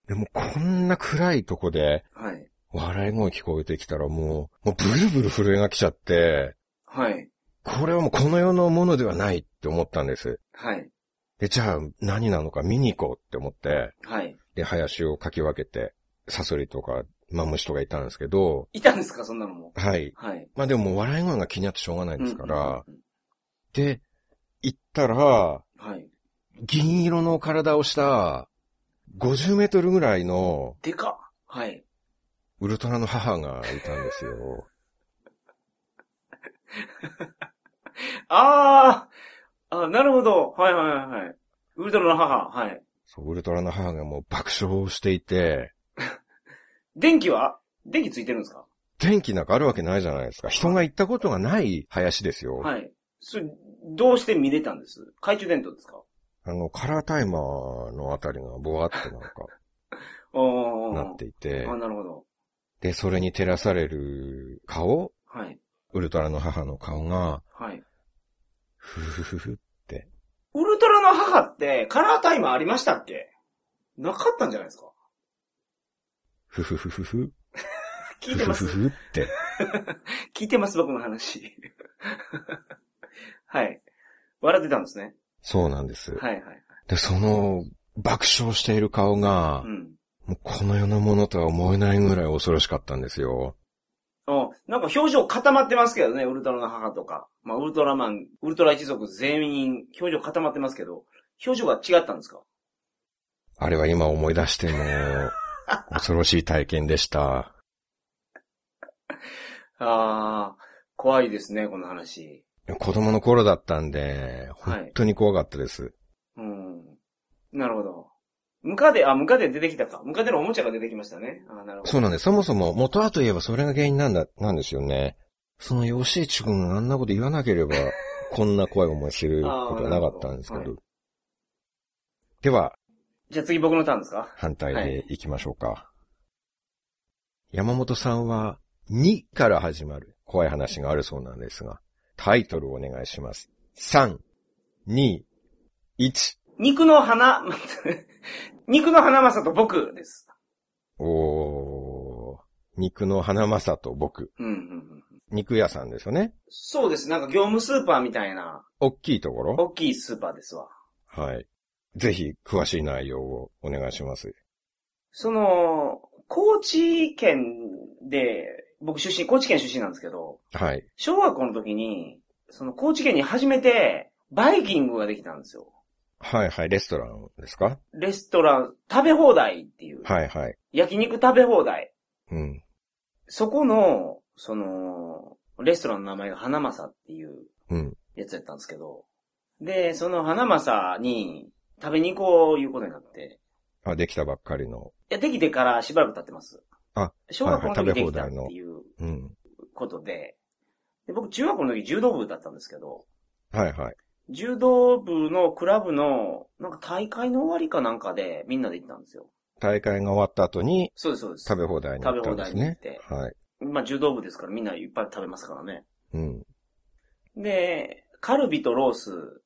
Speaker 3: でも、こんな暗いとこで、
Speaker 2: はい。
Speaker 3: 笑い声聞こえてきたらもう、もうブルブル震えが来ちゃって、
Speaker 2: はい。
Speaker 3: これはもうこの世のものではないって思ったんです。
Speaker 2: はい。
Speaker 3: で、じゃあ何なのか見に行こうって思って、
Speaker 2: はい。
Speaker 3: で、林をかき分けて、サソリとか、マムシとかいたんですけど、
Speaker 2: いたんですかそんなのも。
Speaker 3: はい。
Speaker 2: はい。
Speaker 3: まあでももう笑い声が気になってしょうがないですから、
Speaker 2: うんうん
Speaker 3: で、行ったら、
Speaker 2: うん。はい。
Speaker 3: 銀色の体をした、50メートルぐらいの
Speaker 2: でかっ。はい。
Speaker 3: ウルトラの母がいたんですよ。
Speaker 2: あああ、なるほど。はいはいはいはい。ウルトラの母。はい。
Speaker 3: そう、ウルトラの母がもう爆笑していて、
Speaker 2: 電気は電気ついてるんですか
Speaker 3: 天気なんかあるわけないじゃないですか。人が行ったことがない林ですよ。
Speaker 2: はい。それ、どうして見れたんです懐中電灯ですか
Speaker 3: あの、カラータイマーのあたりがボワッとなんか
Speaker 2: お
Speaker 3: なっていて
Speaker 2: あ、、なるほど。
Speaker 3: で、それに照らされる顔、
Speaker 2: はい。
Speaker 3: ウルトラの母の顔が、
Speaker 2: はい。
Speaker 3: ふふふふ、
Speaker 2: ウルトラの母ってカラータイマーありましたっけなかったんじゃないですか
Speaker 3: ふふふふふ、
Speaker 2: 聞い
Speaker 3: ふ
Speaker 2: て
Speaker 3: ふ
Speaker 2: ま
Speaker 3: ふ
Speaker 2: す。
Speaker 3: ふって。
Speaker 2: 聞いてます、僕の話。 はい。笑ってたんですね。
Speaker 3: そうなんです。
Speaker 2: はいはい。
Speaker 3: で、その、爆笑している顔が
Speaker 2: う、ん。
Speaker 3: もうこの世のものとは思えないぐらい恐ろしかったんですよ。
Speaker 2: うん。なんか表情固まってますけどね、ウルトラの母とか。まあ、ウルトラマン、ウルトラ一族全員、表情固まってますけど、表情が違ったんですか
Speaker 3: あれは今思い出して も、恐ろしい体験でした。
Speaker 2: ああ、怖いですね、この話。
Speaker 3: 子供の頃だったんで、本当に怖かったです。
Speaker 2: うん。なるほど。ムカデ、あ、ムカデ出てきたか。ムカデのおもちゃが出てきましたね。あなるほど。
Speaker 3: そうなんです。そもそも元はといえばそれが原因なんだ、なんですよね。その吉一君があんなこと言わなければ、こんな怖い思いすることはなかったんですけ
Speaker 2: あーな
Speaker 3: ど。
Speaker 2: るほ
Speaker 3: では、
Speaker 2: じゃあ次僕のターンですか
Speaker 3: 反対でいきましょうか。山本さんは、2から始まる怖い話があるそうなんですが、タイトルをお願いします。3、2、1。
Speaker 2: 肉の花、 肉の花まさと僕です。
Speaker 3: おー、肉の花正と僕。
Speaker 2: うんうんうん。
Speaker 3: 肉屋さんですよね。
Speaker 2: そうです。なんか業務スーパーみたいな、
Speaker 3: 大きいところ。
Speaker 2: 大きいスーパーですわ。
Speaker 3: はい。ぜひ、詳しい内容をお願いします。
Speaker 2: その、高知県で、僕出身、高知県出身なんですけど、
Speaker 3: はい。
Speaker 2: 小学校の時に、その高知県に初めて、バイキングができたんですよ。
Speaker 3: はいはい、レストランですか
Speaker 2: レストラン、食べ放題っていう。
Speaker 3: はいはい。
Speaker 2: 焼肉食べ放題。
Speaker 3: うん。
Speaker 2: そこの、その、レストランの名前が花正っていう
Speaker 3: うん。
Speaker 2: やつやったんですけど。で、その花正に食べに行こういうことになって。
Speaker 3: あ、できたばっかりの。
Speaker 2: いや、できてからしばらく経ってます。
Speaker 3: あ、
Speaker 2: 小学校の時
Speaker 3: はい
Speaker 2: で
Speaker 3: はい
Speaker 2: きたっ
Speaker 3: 食べ放題の
Speaker 2: ていう
Speaker 3: うん。
Speaker 2: ことで。で僕、中学校の時柔道部だったんですけど、
Speaker 3: はいはい。
Speaker 2: 柔道部のクラブの、なんか大会の終わりかなんかでみんなで行ったんですよ。
Speaker 3: 大会が終わった後に、
Speaker 2: そうです、そうです。
Speaker 3: 食べ放題に行ったんですね。
Speaker 2: 食べ放
Speaker 3: はい。
Speaker 2: まあ、柔道部ですからみんないっぱい食べますからね。
Speaker 3: うん。
Speaker 2: で、カルビとロース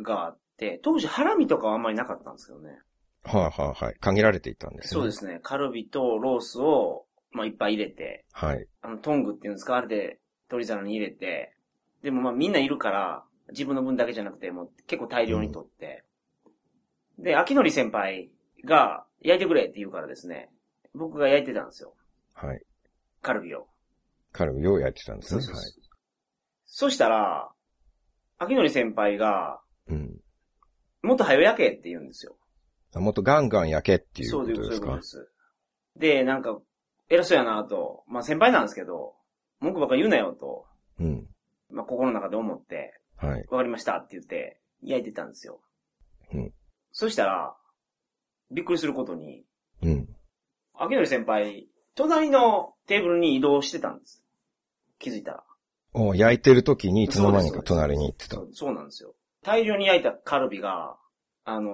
Speaker 2: があって、当時ハラミとかはあんまりなかったんですけどね。
Speaker 3: はいはいはい。限られていたんですね。
Speaker 2: そうですね。カルビとロースを、まあ、いっぱい入れて、
Speaker 3: はい。
Speaker 2: あの、トングっていうんですか、あれで、取り皿に入れて、でもまあみんないるから、自分の分だけじゃなくて、もう結構大量に取って。で、秋のり先輩が、焼いてくれって言うからですね、僕が焼いてたんですよ。
Speaker 3: はい。
Speaker 2: カルビを。
Speaker 3: カルビを焼いてたんですね。
Speaker 2: そう
Speaker 3: は
Speaker 2: そう
Speaker 3: い
Speaker 2: そう。そしたら、秋のり先輩が、
Speaker 3: うん。
Speaker 2: もっと早よ焼けって言うんですよ。
Speaker 3: あもっとガンガン焼けっていう
Speaker 2: そ
Speaker 3: こ
Speaker 2: うで
Speaker 3: と
Speaker 2: す、
Speaker 3: です
Speaker 2: そういうこと
Speaker 3: か
Speaker 2: で。す。で、なんか、偉そうやなと、まあ先輩なんですけど、文句ばっか言うなよと、
Speaker 3: うん。
Speaker 2: まあ心の中で思って、
Speaker 3: はい。
Speaker 2: わかりましたって言って、焼いてたんですよ。
Speaker 3: うん
Speaker 2: そしたら、びっくりすることに、
Speaker 3: うん。
Speaker 2: 秋のり先輩、隣のテーブルに移動してたんです。気づいたら。
Speaker 3: お焼いてる時にいつの間にか隣に行ってた
Speaker 2: そ。うそうなんですよ。大量に焼いたカルビが、あのー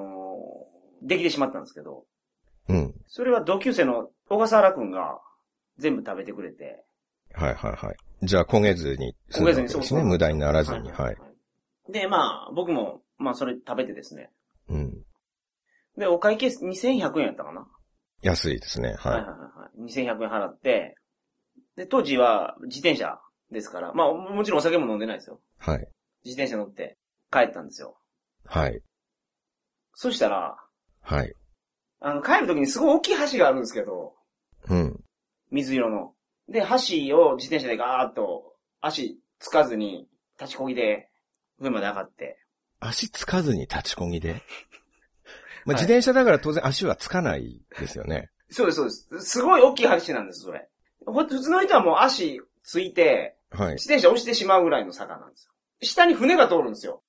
Speaker 2: できてしまったんですけど、
Speaker 3: うん。
Speaker 2: それは同級生の小笠原くんが全部食べてくれて、
Speaker 3: はいはいはい。じゃあ焦げずに済んだわけですね。
Speaker 2: 焦げずにそうそう
Speaker 3: 無駄にならずに。はい。
Speaker 2: で、まあ、僕も、まあ、それ食べてですね。
Speaker 3: うん。
Speaker 2: で、お会計2100円やったかな、
Speaker 3: 安いですね。
Speaker 2: はい
Speaker 3: は
Speaker 2: はいはいはい。2100円払って、で、当時は自転車ですから、まあ、もちろんお酒も飲んでないですよ。
Speaker 3: い。はい。
Speaker 2: 自転車乗って帰ったんですよ。
Speaker 3: はい。
Speaker 2: そしたら、
Speaker 3: はい。
Speaker 2: あの、帰る時にすごい大きい橋があるんですけど、
Speaker 3: うん。
Speaker 2: 水色の。で、橋を自転車でガーッと、足つかずに、立ちこぎで、上まで上がって。
Speaker 3: 足つかずに立ちこぎ で。まあ、
Speaker 2: はい
Speaker 3: 自転車だから当然足はつかないですよね。
Speaker 2: そうです、そうです。すごい大きい橋なんです、それ。ほ普通の人はもう足ついて、
Speaker 3: はい。
Speaker 2: 自転車押してしまうぐらいの坂なんですよ。下に船が通るんですよ。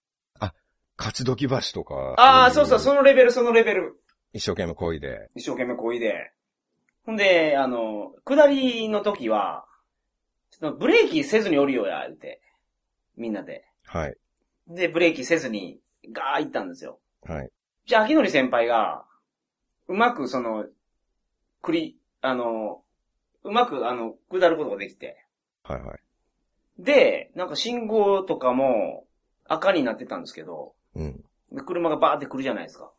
Speaker 3: 勝どき橋とか。
Speaker 2: ああ、そうそう、そ
Speaker 3: い
Speaker 2: のレベル、そのレベル。
Speaker 3: 一生懸命漕いで。
Speaker 2: 一生懸命こいで。ほんで、あの、下りの時は、ちょっとブレーキせずに降りようや、言うて。みんなで。
Speaker 3: はい。
Speaker 2: で、ブレーキせずに、ガー行ったんですよ。
Speaker 3: はい。
Speaker 2: じゃあ、秋典先輩が、うまくその、くり、あの、うまく、あの、下ることができて。
Speaker 3: はいはい。
Speaker 2: で、なんか信号とかも赤になってたんですけど、
Speaker 3: うん。
Speaker 2: で車がバーって来るじゃないですか。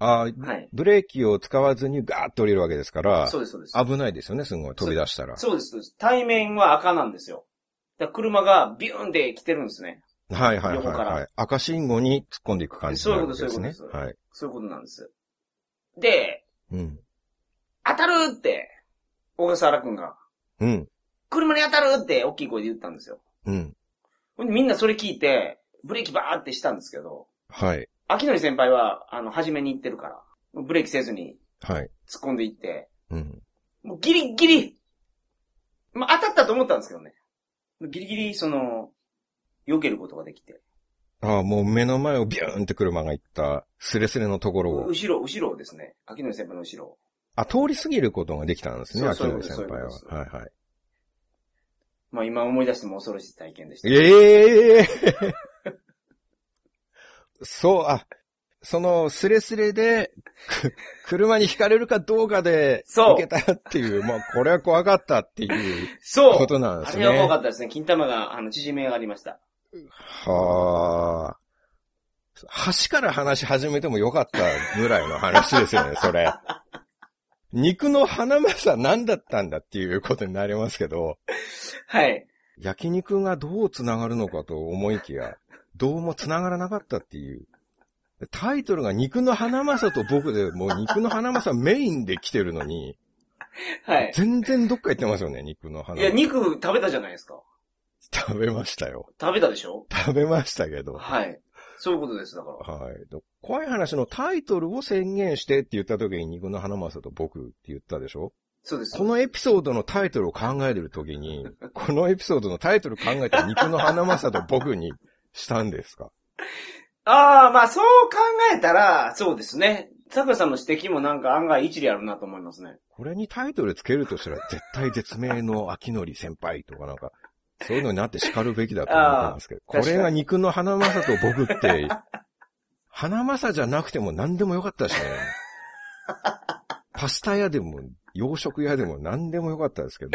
Speaker 3: ああ、
Speaker 2: はい。
Speaker 3: ブレーキを使わずにガーッと降りるわけですから
Speaker 2: そ、うです、そうです。
Speaker 3: 危ないですよね、すごい。飛び出したら。
Speaker 2: そうです、そうです。対面は赤なんですよ。だから車がビューンって来てるんですね。
Speaker 3: はいはいはい、
Speaker 2: 横か
Speaker 3: は
Speaker 2: ら
Speaker 3: い。赤信号に突っ込んでいく感じになるわけですね。
Speaker 2: そういうこと
Speaker 3: はい。
Speaker 2: そういうことなんです。で、
Speaker 3: うん。
Speaker 2: 当たるって、小笠原くんが、
Speaker 3: うん。
Speaker 2: 車に当たるって大きい声で言ったんですよ。
Speaker 3: うん。
Speaker 2: ほんでみんなそれ聞いて、ブレーキバーってしたんですけど、
Speaker 3: はい。
Speaker 2: 秋典先輩は、あの、初めに行ってるから、ブレーキせずに
Speaker 3: はい。
Speaker 2: 突っ込んでいって、
Speaker 3: うん。
Speaker 2: もうギリギリ、まあ、当たったと思ったんですけどね。ギリギリ、その、避けることができて。
Speaker 3: ああ、もう目の前をビューンって車が行った、スレスレのところを。
Speaker 2: 後ろ、後ろをですね。秋野先輩の後ろ。
Speaker 3: あ、通り過ぎることができたんですね、
Speaker 2: そう
Speaker 3: 秋
Speaker 2: そういう
Speaker 3: 野
Speaker 2: こと
Speaker 3: 先輩は
Speaker 2: そういうこ。と
Speaker 3: はいはい。
Speaker 2: まあ、今思い出しても恐ろしい体験でした。
Speaker 3: ええそう、あ、その、スレスレで、く車にひかれるかどうかで、
Speaker 2: そう
Speaker 3: いけたっていう、もう、これは怖かったっていう
Speaker 2: そう
Speaker 3: ことなんで
Speaker 2: あ
Speaker 3: す
Speaker 2: れは怖か
Speaker 3: ね。
Speaker 2: ったですね。金玉が、あの、縮め上がりました。
Speaker 3: はあ。橋から話し始めてもよかったぐらいの話ですよね、それ。肉の花まさ何だったんだっていうことになりますけど、
Speaker 2: はい。
Speaker 3: 焼肉がどう繋がるのかと思いきや、どうも繋がらなかったっていう。タイトルが肉の花正と僕で、もう肉の花正メインで来てるのに、
Speaker 2: はい。
Speaker 3: 全然どっか行ってますよね、肉の花
Speaker 2: いや、
Speaker 3: 正。
Speaker 2: 肉食べたじゃないですか。
Speaker 3: 食べましたよ。
Speaker 2: 食べたでしょ
Speaker 3: 食べましたけど。
Speaker 2: はい。そういうことです、だから。
Speaker 3: はい。で怖い話のタイトルを宣言してって言った時に肉の花正と僕って言ったでしょ
Speaker 2: そうです。
Speaker 3: このエピソードのタイトルを考えてる時に、このエピソードのタイトル考えて肉の花正と僕にしたんですか
Speaker 2: ああ、まあ、そう考えたら、そうですね。桜さんの指摘もなんか案外一理あるなと思いますね。
Speaker 3: これにタイトルつけるとしたら、絶対絶命の秋典先輩とかなん か、そういうのになって叱るべきだと思ったんですけど、
Speaker 2: あ
Speaker 3: こ
Speaker 2: ー
Speaker 3: れが肉の花正と僕 って、花正じゃなくても何でもよかったですね。パスタ屋でも、洋食屋でも何でもよかったですけど、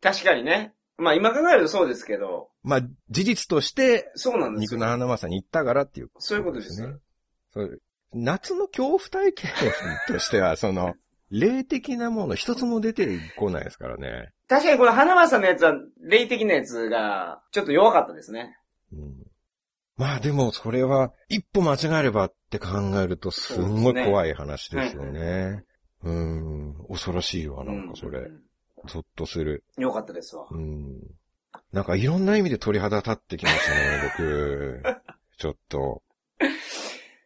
Speaker 2: 確かにね。まあ、今考えるとそうですけど、
Speaker 3: まあ、事実として、
Speaker 2: そうなんです
Speaker 3: 肉
Speaker 2: よ。
Speaker 3: の花正に行ったからっていう、
Speaker 2: そういうことですね。。
Speaker 3: そう夏の恐怖体験としては、その、霊的なもの一つも出てこないですからね。
Speaker 2: 確かにこの花正のやつは、霊的なやつが、ちょっと弱かったですね。
Speaker 3: うんまあでもそれは一歩間違えればって考えるとすんごい怖い話ですよね。うーん、恐ろしいわ、なんかそれ。ゾッとする。
Speaker 2: 良かったですわ。
Speaker 3: うん。なんかいろんな意味で鳥肌立ってきましたね、僕。ちょっと。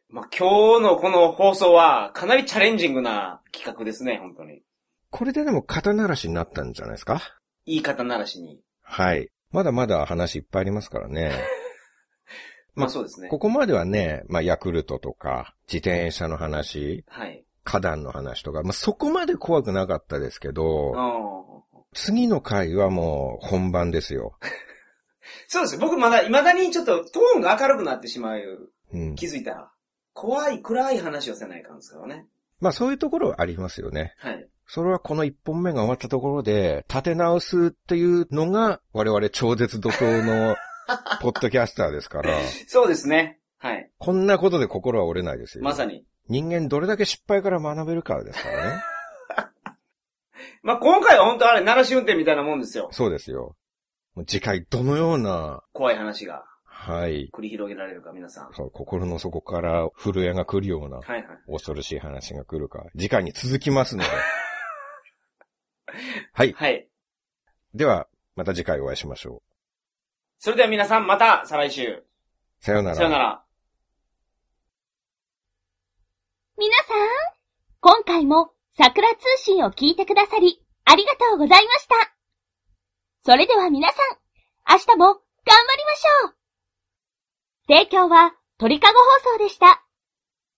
Speaker 2: まあ、今日のこの放送は、かなりチャレンジングな企画ですね、本当に。
Speaker 3: これででも肩慣らしになったんじゃないですか
Speaker 2: 言い方ならしに。
Speaker 3: はい。まだまだ話いっぱいありますからね。
Speaker 2: まあ、
Speaker 3: ま
Speaker 2: そうですね。
Speaker 3: ここまではね、まあヤクルトとか、自転車の話、
Speaker 2: はい。
Speaker 3: 花壇の話とか、まあそこまで怖くなかったですけど、
Speaker 2: うん
Speaker 3: 次の回はもう本番ですよ。
Speaker 2: そうです。僕まだ、未だにちょっとトーンが明るくなってしまう。
Speaker 3: うん。
Speaker 2: 気づいたら。怖い、暗い話をせないかんですからね。
Speaker 3: まあそういうところはありますよね。
Speaker 2: はい。
Speaker 3: それはこの一本目が終わったところで、立て直すっていうのが我々超絶怒涛のポッドキャスターですから、
Speaker 2: そうですね。はい。
Speaker 3: こんなことで心は折れないですよ。
Speaker 2: まさに。
Speaker 3: 人間どれだけ失敗から学べるかですからね。
Speaker 2: まあ、今回は本当あれ、鳴らし運転みたいなもんですよ。
Speaker 3: そうですよ。もう次回どのような、
Speaker 2: 怖い話が
Speaker 3: はい、
Speaker 2: 繰り広げられるか、皆さん。は
Speaker 3: そう心の底から震えが来るようない
Speaker 2: はい。
Speaker 3: 恐ろしい話が来るか、次回に続きますので。はい。
Speaker 2: はい。
Speaker 3: では、また次回お会いしましょ
Speaker 2: それでは皆さん、また、再来週。
Speaker 3: う。さようなら。
Speaker 2: さよなら。
Speaker 1: 皆さん、今回も桜通信を聞いてくださり、ありがとうございました。それでは皆さん、明日も頑張りましょう提供は鳥かご放送でした。